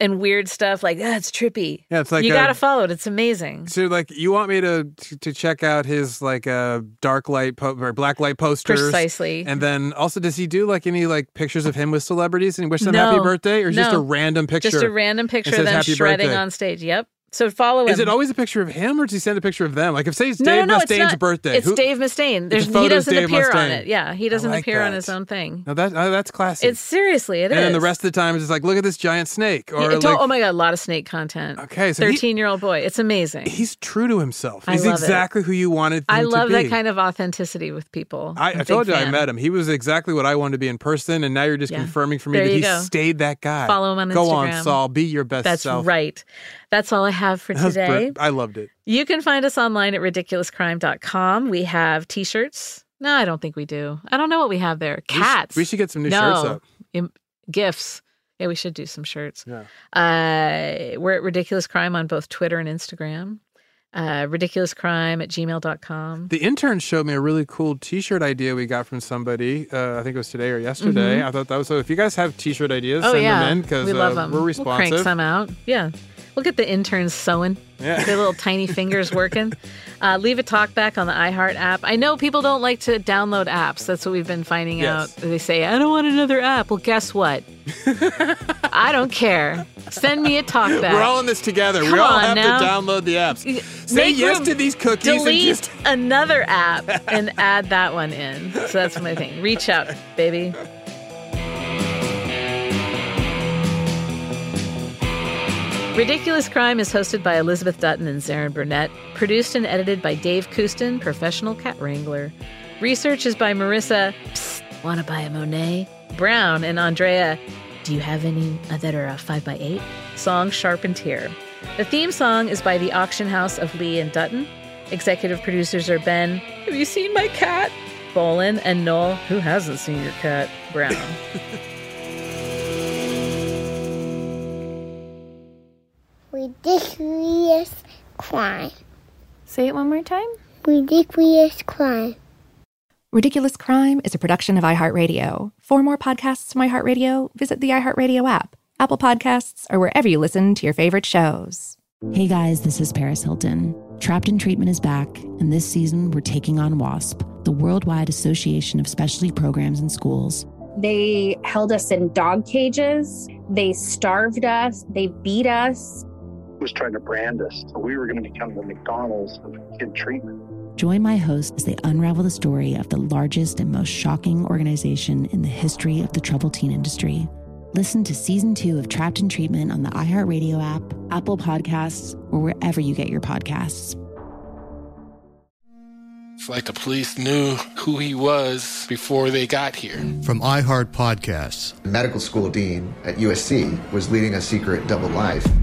Speaker 1: And weird stuff like that's trippy.
Speaker 2: Yeah, it's like
Speaker 1: you
Speaker 2: a-
Speaker 1: gotta follow it. It's amazing.
Speaker 2: So, like, you want me to to check out his like uh dark light po- or black light posters,
Speaker 1: Precisely.
Speaker 2: And then also, does he do like any like pictures of him with celebrities and wish them happy
Speaker 1: No,
Speaker 2: birthday, or is it just
Speaker 1: no.
Speaker 2: a random picture?
Speaker 1: Just a random picture
Speaker 2: that
Speaker 1: of
Speaker 2: says
Speaker 1: them
Speaker 2: happy
Speaker 1: shredding
Speaker 2: birthday?
Speaker 1: on stage. Yep. So follow him.
Speaker 2: Is it always a picture of him, or does he send a picture of them? Like, if say it's
Speaker 1: no,
Speaker 2: Dave
Speaker 1: no, no,
Speaker 2: Mustaine's
Speaker 1: it's not.
Speaker 2: birthday,
Speaker 1: It's
Speaker 2: who-
Speaker 1: Dave Mustaine. There's,
Speaker 2: photo's
Speaker 1: he doesn't
Speaker 2: Dave
Speaker 1: appear on
Speaker 2: Mustaine.
Speaker 1: it. Yeah, he doesn't
Speaker 2: like
Speaker 1: appear on
Speaker 2: that.
Speaker 1: his own thing.
Speaker 2: No, that uh, that's classic.
Speaker 1: It's seriously, it is.
Speaker 2: and then the rest of the time, it's just like, look at this giant snake, or
Speaker 1: Yeah, to-
Speaker 2: like,
Speaker 1: oh my god, a lot of snake content.
Speaker 2: Okay, so he-
Speaker 1: thirteen-year-old boy, it's amazing.
Speaker 2: he's true to himself.
Speaker 1: I
Speaker 2: He's
Speaker 1: love it.
Speaker 2: exactly who you wanted.
Speaker 1: I
Speaker 2: him to
Speaker 1: love
Speaker 2: be.
Speaker 1: that kind of authenticity with people.
Speaker 2: I,
Speaker 1: I'm
Speaker 2: I
Speaker 1: a
Speaker 2: told
Speaker 1: big
Speaker 2: you I
Speaker 1: fan.
Speaker 2: met him. He was exactly what I wanted to be in person, and now you're just
Speaker 1: Yeah.
Speaker 2: confirming for me
Speaker 1: There
Speaker 2: that
Speaker 1: you
Speaker 2: he
Speaker 1: go.
Speaker 2: stayed that guy.
Speaker 1: Follow him on
Speaker 2: Go
Speaker 1: Instagram.
Speaker 2: on, Saul. Be your best
Speaker 1: That's
Speaker 2: [laughs] self.
Speaker 1: right. That's all I have for
Speaker 2: That was br-
Speaker 1: today.
Speaker 2: I loved it.
Speaker 1: You can find us online at ridiculouscrime.com. We have t shirts. No, I don't think we do. I don't know what we have there.
Speaker 2: We sh-
Speaker 1: Cats.
Speaker 2: we should get some new
Speaker 1: no.
Speaker 2: shirts up.
Speaker 1: Im- gifts. Yeah, we should do some shirts.
Speaker 2: Yeah.
Speaker 1: Uh, we're at Ridiculous Crime on both Twitter and Instagram. Uh, ridiculouscrime at gmail.com.
Speaker 2: The intern showed me a really cool T-shirt idea we got from somebody. Uh, I think it was today or yesterday.
Speaker 1: Mhm.
Speaker 2: I thought that was so. If you guys have T-shirt ideas,
Speaker 1: oh,
Speaker 2: send
Speaker 1: yeah.
Speaker 2: them in because
Speaker 1: we love
Speaker 2: uh,
Speaker 1: them.
Speaker 2: we're
Speaker 1: We'll
Speaker 2: responsive.
Speaker 1: crank some out. Yeah. We'll get the interns sewing.
Speaker 2: Yeah.
Speaker 1: Their little
Speaker 2: [laughs]
Speaker 1: tiny fingers working. Uh, leave a talk back on the iHeart app. I know people don't like to download apps. That's what we've been finding
Speaker 2: Yes.
Speaker 1: out. They say, I don't want another app. Well, guess
Speaker 2: [laughs]
Speaker 1: what? I don't care. Send me a talk back.
Speaker 2: We're all in this together.
Speaker 1: Come
Speaker 2: we all
Speaker 1: on
Speaker 2: have
Speaker 1: now.
Speaker 2: to download the apps. Say
Speaker 1: Make
Speaker 2: yes
Speaker 1: room.
Speaker 2: to these cookies
Speaker 1: Delete
Speaker 2: and just
Speaker 1: another app and [laughs] add that one in. So that's my thing. Reach out, baby. Ridiculous Crime is hosted by Elizabeth Dutton and Zarin Burnett, produced and edited by Dave Kustin, professional cat wrangler. Research is by Marissa, psst, wanna buy a Monet? Brown and Andrea, do you have any uh, that are a 5x8? Song Sharp and Tear. The theme song is by the Auction House of Lee and Dutton. Executive producers are Ben, have you seen my cat? Bolin and Noel, who hasn't seen your cat? Brown.
Speaker 15: Ridiculous crime.
Speaker 6: Say it one more time.
Speaker 15: Ridiculous crime.
Speaker 6: Ridiculous Crime is a production of iHeartRadio. For more podcasts from iHeartRadio, visit the iHeartRadio app, Apple Podcasts, or wherever you listen to your favorite shows.
Speaker 3: Hey guys, this is Paris Hilton. Trapped in Treatment is back, and this season we're taking on WASP, the Worldwide Association of Specialty Programs and Schools.
Speaker 4: They held us in dog cages. They starved us. They beat us.
Speaker 5: was trying to brand us. So we were going to become the McDonald's of kid treatment.
Speaker 3: Join my hosts as they unravel the story of the largest and most shocking organization in the history of the troubled teen industry. Listen to season two of Trapped in Treatment on the iHeartRadio app, Apple Podcasts, or wherever you get your podcasts.
Speaker 16: It's like the police knew who he was before they got here.
Speaker 17: From iHeart Podcasts, The medical school dean at USC was leading a secret double life.